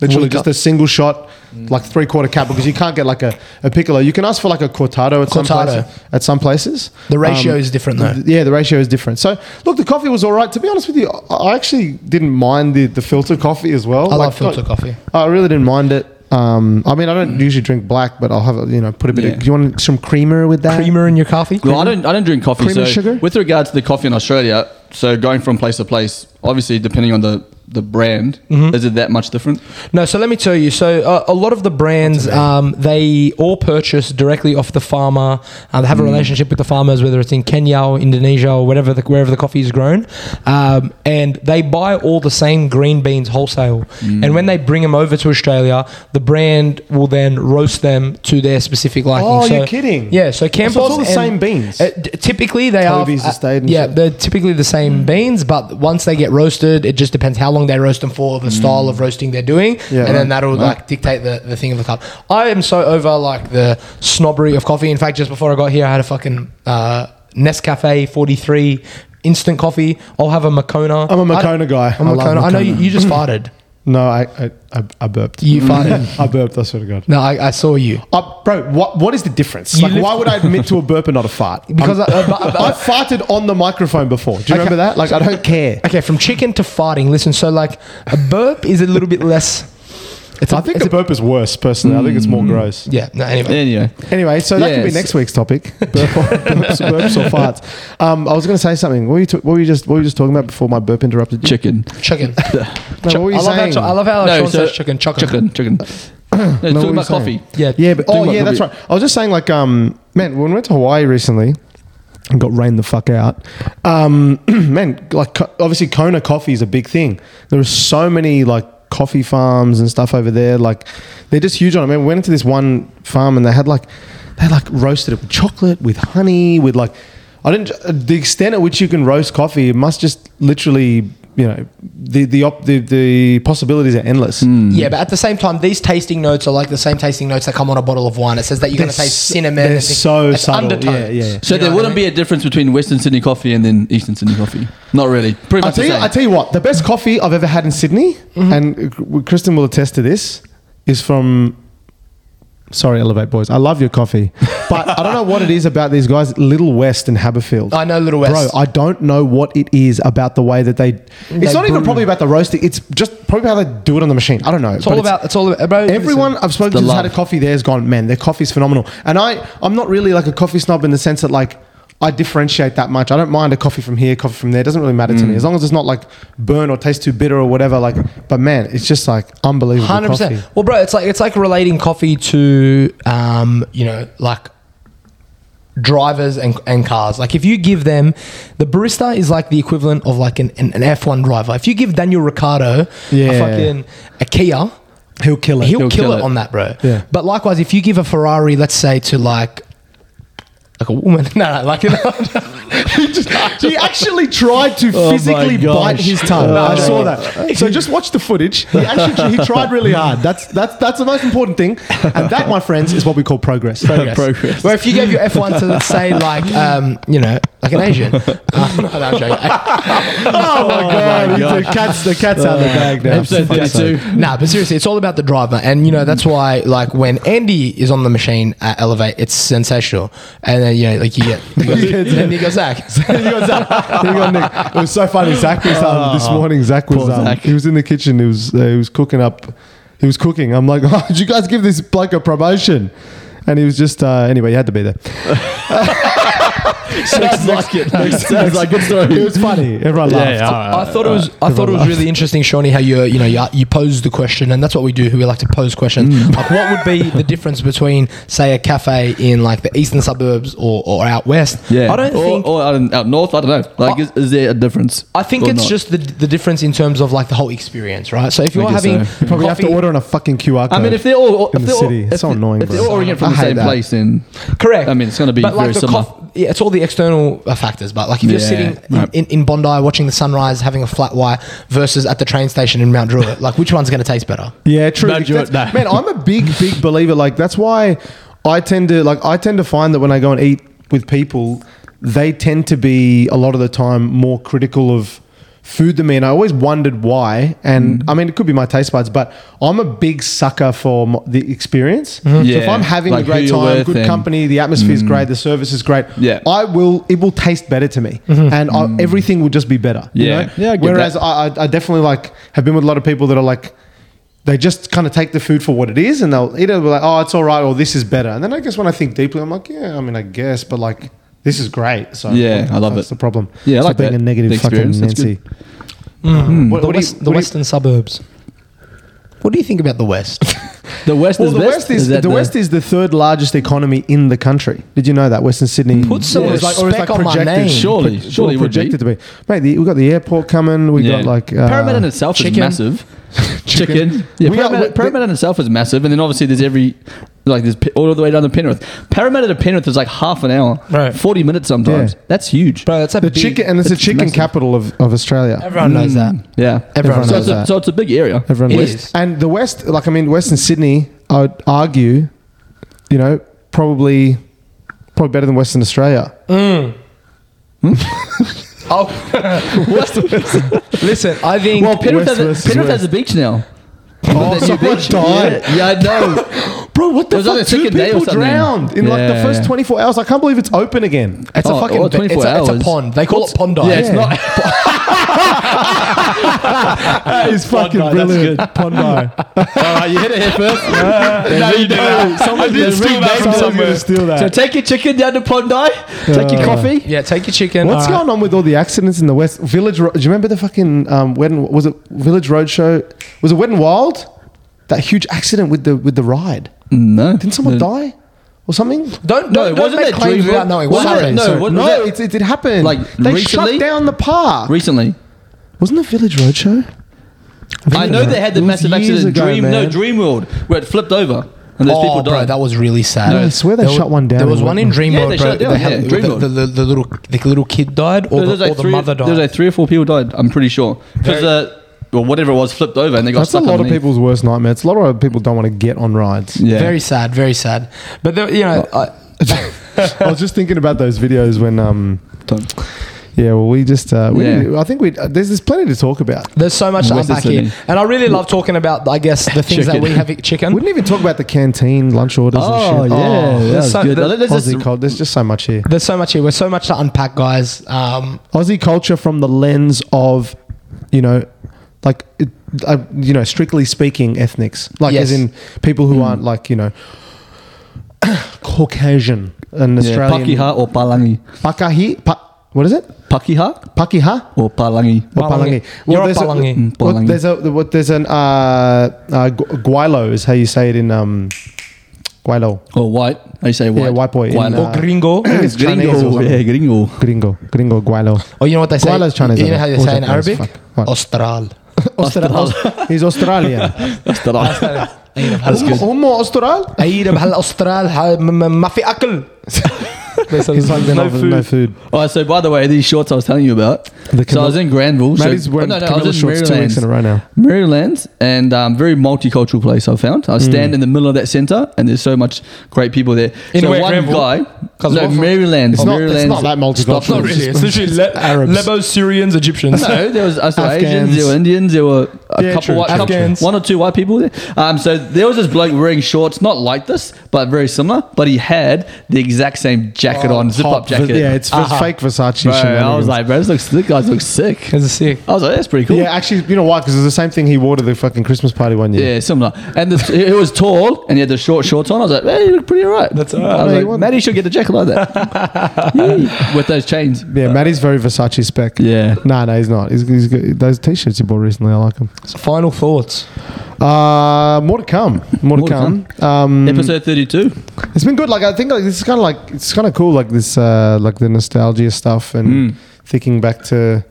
literally Full just cup. a single shot, like three quarter cap because you can't get like a, a piccolo. You can ask for like a cortado at some Cortado. places. At some places, Um, The ratio is different, though. th- yeah, the ratio is different. So look, the coffee was all right. To be honest with you, I I actually didn't mind the the filtered coffee as well. I love filter coffee. I really didn't mind it. Um, I mean, I don't usually drink black, but I'll have a- you know put a bit. Yeah. of... Do you want some creamer with that? Creamer in your coffee. Well, I don't. I don't drink coffee. Cream so and sugar? with regard to the coffee in Australia, so going from place to place, obviously depending on the the brand, Mm-hmm. is it that much different? No, so let me tell you. So uh, a lot of the brands, um, they all purchase directly off the farmer. Uh, they Mm. have a relationship with the farmers, whether it's in Kenya or Indonesia or whatever the, wherever the coffee is grown, um, and they buy all the same green beans wholesale. Mm. And when they bring them over to Australia, the brand will then roast them to their specific liking. Oh, So- you're kidding. Yeah, so Campbell's all the and- same beans? Uh, d- typically, they Toby's are. uh, the state and yeah, shit. they're typically the Mm. same beans, but once they get roasted, it just depends how long they roast them for, the style of roasting they're doing, Mm. Yeah. and then that'll Right. like dictate the, the thing of the cup. I am so over like the snobbery of coffee. In fact, just before I got here, I had a fucking uh, Nescafe 43 instant coffee. I'll have a Makona. I'm a Makona I, guy. I'm a I love Makona. I know you, Makona. you just farted. No, I I, I, I burped. Mm. You farted. I burped. I swear to God. No, I, I saw you. Uh, bro, what what is the difference? You like, lift- why would I admit to a burp and not a fart? Because I'm- I- uh, but- but- I farted on the microphone before. Do you remember that? Like, I don't care. Okay, from chicken to farting. Listen, so like a burp is a little bit less. It's a- I think it's a burp is worse personally. I think it's more gross. Yeah. No, anyway. Anyway, Mm. Anyway, so that could be Yes. next week's topic: burp or, burps, burps or farts. Um, I was going to say something. What were, you t- what were you just what were you just talking about before my burp interrupted you? chicken. Chicken. No, what were you I, love how, saying? Cho- I love how Sean so- says chicken. Chicken. chicken, chicken. No, it's talking were you about saying? coffee. Yeah. Yeah, but Doing oh what yeah, that's probably- right. I was just saying, like, um, man, when we went to Hawaii recently and got rained the fuck out, um, man, like, co- obviously Kona coffee is a big thing. There were so many like coffee farms and stuff over there. Like, they're just huge on it. Man, we went into this one farm and they had like, they like roasted it with chocolate, with uh, honey, with like, I didn't the extent at which you can roast coffee. It must just literally. you know, the the op, the, the possibilities are endless. Yeah, but at the same time, these tasting notes are like the same tasting notes that come on a bottle of wine. It says that you're going to They're taste s- cinnamon. they're and things. so It's subtle. undertones. Yeah, yeah, yeah. So You know there what I wouldn't mean? be a difference between Western Sydney coffee and then Eastern Sydney coffee. Not really. Pretty I much tell the you, same. I tell you what, the best coffee I've ever had in Sydney, Mm-hmm. and Kristen will attest to this, is from. Sorry, Elevate Boys. I love your coffee, but I don't know what it is about these guys, Little West and Haberfield. I know Little West. Bro, I don't know what it is about the way that they. It's not even brew. probably about the roasting. It's just probably how they do it on the machine. I don't know. it's all about. It's all about. bro, Everyone I've spoken the to who's had a love. coffee there has gone, man, their coffee's phenomenal. And I, I'm not really like a coffee snob in the sense that like I differentiate that much. I don't mind a coffee from here, coffee from there. It doesn't really matter to Mm. me. As long as it's not like burn or taste too bitter or whatever. Like, but man, it's just like unbelievable. Hundred percent. coffee. Well, bro, it's like it's like relating coffee to, um, you know, like drivers and, and cars. Like if you give them, the barista is like the equivalent of like an, an, an F one driver. If you give Daniel Ricciardo Yeah. a fucking a Kia, He'll kill it. he'll, He'll kill, kill it, it. on that, bro. Yeah. But likewise, if you give a Ferrari, let's say to like. Like a woman, no, no, like he actually tried to Oh my physically gosh. bite his tongue. Oh. I saw that. So just watch the footage. He actually he tried really hard. That's that's that's the most important thing. And that, my friends, is what we call progress. Progress. Progress. Where Oh, if you gave your F one to let's say like um, you know like an Asian, Uh, no, no, I'm joking. Oh my god! God. The cat's the cat's out of the bag now. Episode For fuck's sake. 32. nah, but seriously, it's all about the driver, and you know that's why. Like when Andy is on the machine at Elevate, it's sensational, and then you know, like you get, you Yeah, get it's- then you go Zach. you got Zach. You got Nick. It was so funny. Zach was um, this morning. Zach was Oh, Poor um, Zach. he was in the kitchen. He was uh, he was cooking up. He was cooking. I'm like, oh, did you guys give this bloke a promotion? And he was just uh, anyway. He had to be there. Sounds like it. Sounds like good It story. was funny. Everyone laughed. yeah, Uh, all right. I thought it was. I thought it was really interesting, Shawnee, how you you know you, you posed the question, and that's what we do. Who we like to pose questions. Mm. Like, what would be the difference between, say, a cafe in like the eastern suburbs or, or out west? Yeah. I don't or, think. or out, in, out north. I don't know. Like, is, is there a difference? I think or it's not? just the, the difference in terms of like the whole experience, right? So if you're I guess having so. Probably have to coffee- order on a fucking QR code. I mean, if they're all In if the they're all- city. It's if so they- annoying, If bro. they're all ordering it I from the hate same that. place, then Correct. I mean, it's going to be But very like the similar. coff- yeah, it's all the external uh, factors. But like if you're Yeah, sitting in, right. in, in Bondi watching the sunrise, having a flat white, versus at the train station in Mount Druitt, like which one's going to taste better? Yeah, true. Bad joke, That's- no. Man, I'm a big, big believer. Like that's why I tend to like I tend to find that when I go and eat with people, they tend to be a lot of the time more critical of food than me, and I always wondered why. And Mm. I mean, it could be my taste buds, but I'm a big sucker for m- the experience. So if Mm-hmm. Yeah, I'm having like a who great you're time, with good and- Mm. company, the atmosphere's great, the service is great, Yeah. Mm-hmm. Mm. I will. It will taste better to me, and I, everything will just be better. you Yeah. know? Yeah, I get Whereas that. I, I, I definitely like have been with a lot of people that are like, they just kind of take the food for what it is, and they'll eat it. and be like, oh, it's all right, or this is better. And then I guess when I think deeply, I'm like, yeah, I mean, I guess, but like, this is great. So Yeah, what- I love that's it. the problem. Yeah, I Stop like being that. a negative The fucking experience, that's good. Hmm. Nancy. What- the what do you- west, the what do you- western suburbs. What do you think about the west? the West Well, is the best? West is, the, that West is the third largest economy in the country. Did you know that Western Sydney? Put some Or it's or it's respect on my name. Surely, pro- surely it would be. projected to be. Mate, the, we got the airport coming. We Yeah. got like uh, Parramatta in itself chicken. is massive. chicken. Yeah, We are- Parramatta, we- Parramatta in itself is massive, and then obviously there's every like there's Pe- all the way down to Penrith. Parramatta to Penrith is like half an hour, Right. Forty minutes sometimes. Yeah. That's huge. Bro, that's a the big- chicken, and it's the It's chicken massive. capital of, of Australia. Everyone knows that. Mm. Yeah, Everyone so knows it's a, that. so it's a big area. Everyone It West. is. And the West, like I mean, Western Sydney, I would argue, you know, probably probably better than Western Australia. Mm. Hmm? Oh, listen, I think. Well, Penrith, West has, a, versus Penrith West. has a beach now. Oh, With that new someone beach. died. Yeah, yeah, I know. Bro, what It the was on fuck? the Two second day or people something. drowned in like the Yeah. first 24 hours. I can't believe it's open again. it's a Oh, fucking. well, ba- it's, 24 a, it's a hours. pond. They call it pond dive. yeah, it's not. That is fucking Bondi, that's brilliant. Pondo. All right, you hit it here first. no, you know. Someone did steal that from somewhere. So take your chicken down to Pondai. Take your Uh, coffee. Yeah, take your chicken. What's All right. going on with all the accidents in the West Village? Ro- Do you remember the fucking um, when was it Village Roadshow? Was it Wet and Wild? That huge accident with the with the ride. No. Didn't someone die or something? No, Don't, don't, don't wasn't make it claims Dream without World? knowing what Wasn't it- happened. no, sorry. what- was no, that- it, it, it happened. Like, they recently? shut down the park. Recently. Wasn't it Village Roadshow? I know they had the It was massive years accident. ago, Dream, no, man. Dream World, where it flipped over. and those oh, people died. bro, that was really sad. No, I swear they wa- shut one down There in was one in Auckland. Dream Yeah, World, they bro. shut it down, They had- yeah, Dream the, World. the, the, the little the little kid died, or, There was the, like or the three- mother died. There was like three or four people died. I'm pretty sure because Very- uh, well, whatever it was flipped over and they got That's a stuck lot underneath. of people's worst nightmare. It's a lot of people don't want to get on rides. Yeah. Very sad, very sad. But there, you know, I, I was just thinking about those videos when, um, Tom. yeah, well, we just, uh, we, Yeah. didn't- I think we, uh, there's, there's plenty to talk about. there's so much to West unpack here, Sydney. and I really love talking about, I guess, the things that Chicken. we have chicken. We didn't even talk about the canteen lunch orders Oh yeah, and shit. Oh, that there's was so- good. the- Let- let's Aussie just- cult. There's just so much here. There's so much here. There's so much to unpack, guys. Um, Aussie culture from the lens of, you know, like, it, uh, you know, strictly speaking, ethnics, like as Yes. in people who aren't like, you know, Caucasian and yeah, Australian. Pakeha or Palangi. Pakahi. Pa- what is it? Pakeha Pakiha. or Palangi. Or Palangi. Palangi. You're a there's Palangi. Mm, well, Palangi. there's a what, there's an uh, uh, gu- guilo is how you say it in um, guilo. Or white. I say white. Yeah, white boy in, White. uh, or gringo. I think it's Chinese gringo. or something. Yeah, gringo. Gringo, gringo, guilo. Or Oh, you know what they say? Guilo's Chinese, You know I how they think. say in Or Japanese, Arabic? fuck. What? Austral. Austra- Aus- he's Australian. That's the last. That's good. Ummo Austral? عيد بهالاسترال ها- م- م- ما في اكل He's like, no, food. no food. Oh, so by the way, these shorts I was telling you about. The so I Camilla- was in Granville. so- Maddie's wearing oh, no, no, I Camilla was in shorts two weeks in a Maryland. row now. Maryland and um, very multicultural place I found. I Mm. stand in the middle of that center and there's so much great people there. In so where, one Granville? guy, 'Cause no what- Maryland, It's not- it's Maryland. not that multicultural. Stop. It's literally Le- Arabs. Lebos, Syrians, Egyptians. No, there was uh, so Asians, Afghans. there were Indians, there were a Yeah, couple true, white true, couple- Afghans. one or two white people there. Um, so there was this bloke wearing shorts, not like this, but very similar. But he had the exact same jacket on, zip up jacket. Oh, Yeah, it's Uh-huh. fake Versace Bro, I was shenanigans. like, bro, this looks, this guy looks sick. It's sick. I was like, that's pretty cool. yeah, actually, you know why? Because it's the same thing he wore to the fucking Christmas party one year. Yeah, similar. And this, it was tall, and he had the short shorts on. I was like, "Hey, you look pretty alright." That's all all right. right. I was No, like, you want- Maddie should get a jacket like that Yeah, with those chains. Yeah, Maddie's very Versace spec. Yeah. No, no, he's not. He's, he's good. Those t-shirts he bought recently, I like them. Final thoughts. Uh, more to come. More, More to to come. Um, Episode thirty-two. it's been good. Like I think like this is kind of like it's kind of cool. Like this, uh, like the nostalgia stuff and Mm. thinking back to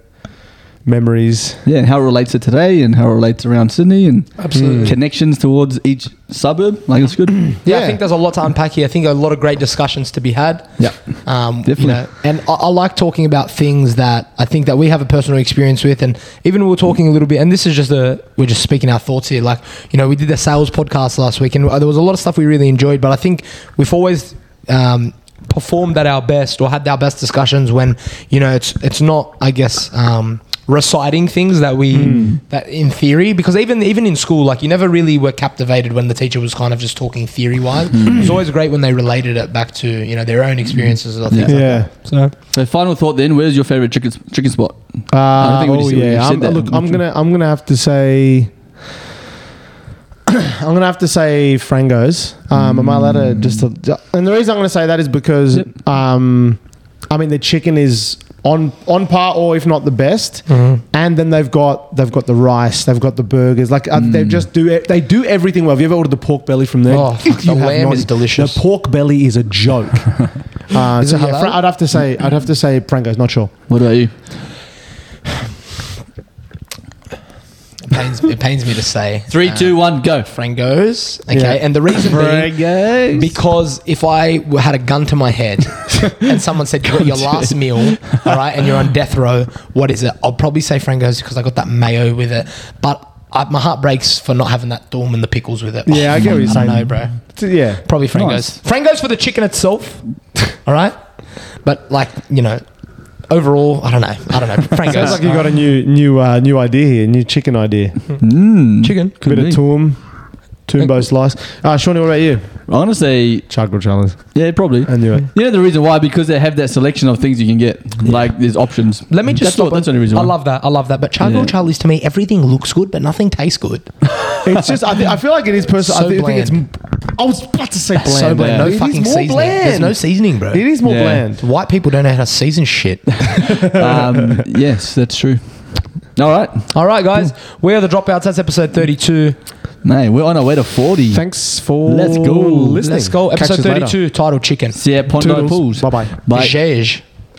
memories. Yeah, and how it relates to today, and how it relates around Sydney, and Mm. Absolutely. connections towards each suburb. Like it's good. Yeah, Yeah. I think there's a lot to unpack here. I think a lot of great discussions to be had. yeah. Um, Definitely. You know, and I, I like talking about things that I think that we have a personal experience with, and even we we're talking a little bit. And this is just a we're just speaking our thoughts here. Like you know, we did the sales podcast last week, and there was a lot of stuff we really enjoyed. But I think we've always um, performed at our best or had our best discussions when you know it's it's not, I guess. Um, reciting things that we that in theory because even even in school like you never really were captivated when the teacher was kind of just talking theory wise it was always great when they related it back to you know their own experiences and I think Yeah. so So final thought then: Where's your favorite chicken chicken spot? Uh, I think we oh just- we yeah. just I'm, said that. look, I'm gonna I'm gonna have to say. I'm gonna have to say Frango's. Um, Am I allowed to just? To, and the reason I'm gonna say that is because, Yep. um, I mean, the chicken is on on par, or if not the best. Mm-hmm. And then they've got they've got the rice, they've got the burgers. Like Hmm. uh, they just do it, they do everything well. Have you ever ordered the pork belly from there? Oh, fuck, the You have lamb is delicious. The pork belly is a joke. uh, Is so it yeah, halal? Fra- I'd have to say I'd have to say Frango's. Not sure. What about you? it pains, it pains me to say uh, Three, two, one, go. frangos okay Yeah. and the reason being Frango's. because if I w- had a gun to my head and someone said you got your last meal, all right, and you're on death row, what is it? I'll probably say Frango's because I got that mayo with it, but I, my heart breaks for not having that dorm and the pickles with it. Yeah, I get what you're I saying. don't know, bro. Yeah. Probably Frango's. Frango's for the chicken itself. All right, but like you know, overall, I don't know. I don't know. Frango's. Sounds like you got a new new uh, new idea here, new chicken idea. Mm. chicken. Could Bit be. of tomb, Toombo slice. Uh, Shawnee, what about you? I'm gonna say Charcoal challenge. yeah, probably. Uh, I knew it. You know the reason why? Because they have that selection of things you can get. Like there's options. Let me just that's, all- stop. that's the only reason. I why. love that. I love that. But charcoal Yeah. Charlie's to me, everything looks good, but nothing tastes good. It's just I, thi- I feel like it is personal. So I, thi- I think it's. m- I was about to say bland. so bland. man. No It is fucking more seasoning. There's no seasoning, bro. It is more Yeah. bland. White people don't know how to season shit. um, yes, that's true. All right, All right, guys, we are the dropouts. That's episode 32. mate, we're on our way to forty. Thanks for Let's go. listening. Let's go. Catch Episode us later. 32, titled Chicken. See you at Pondo Toodles. Pools. Bye bye. Bye. Zhej.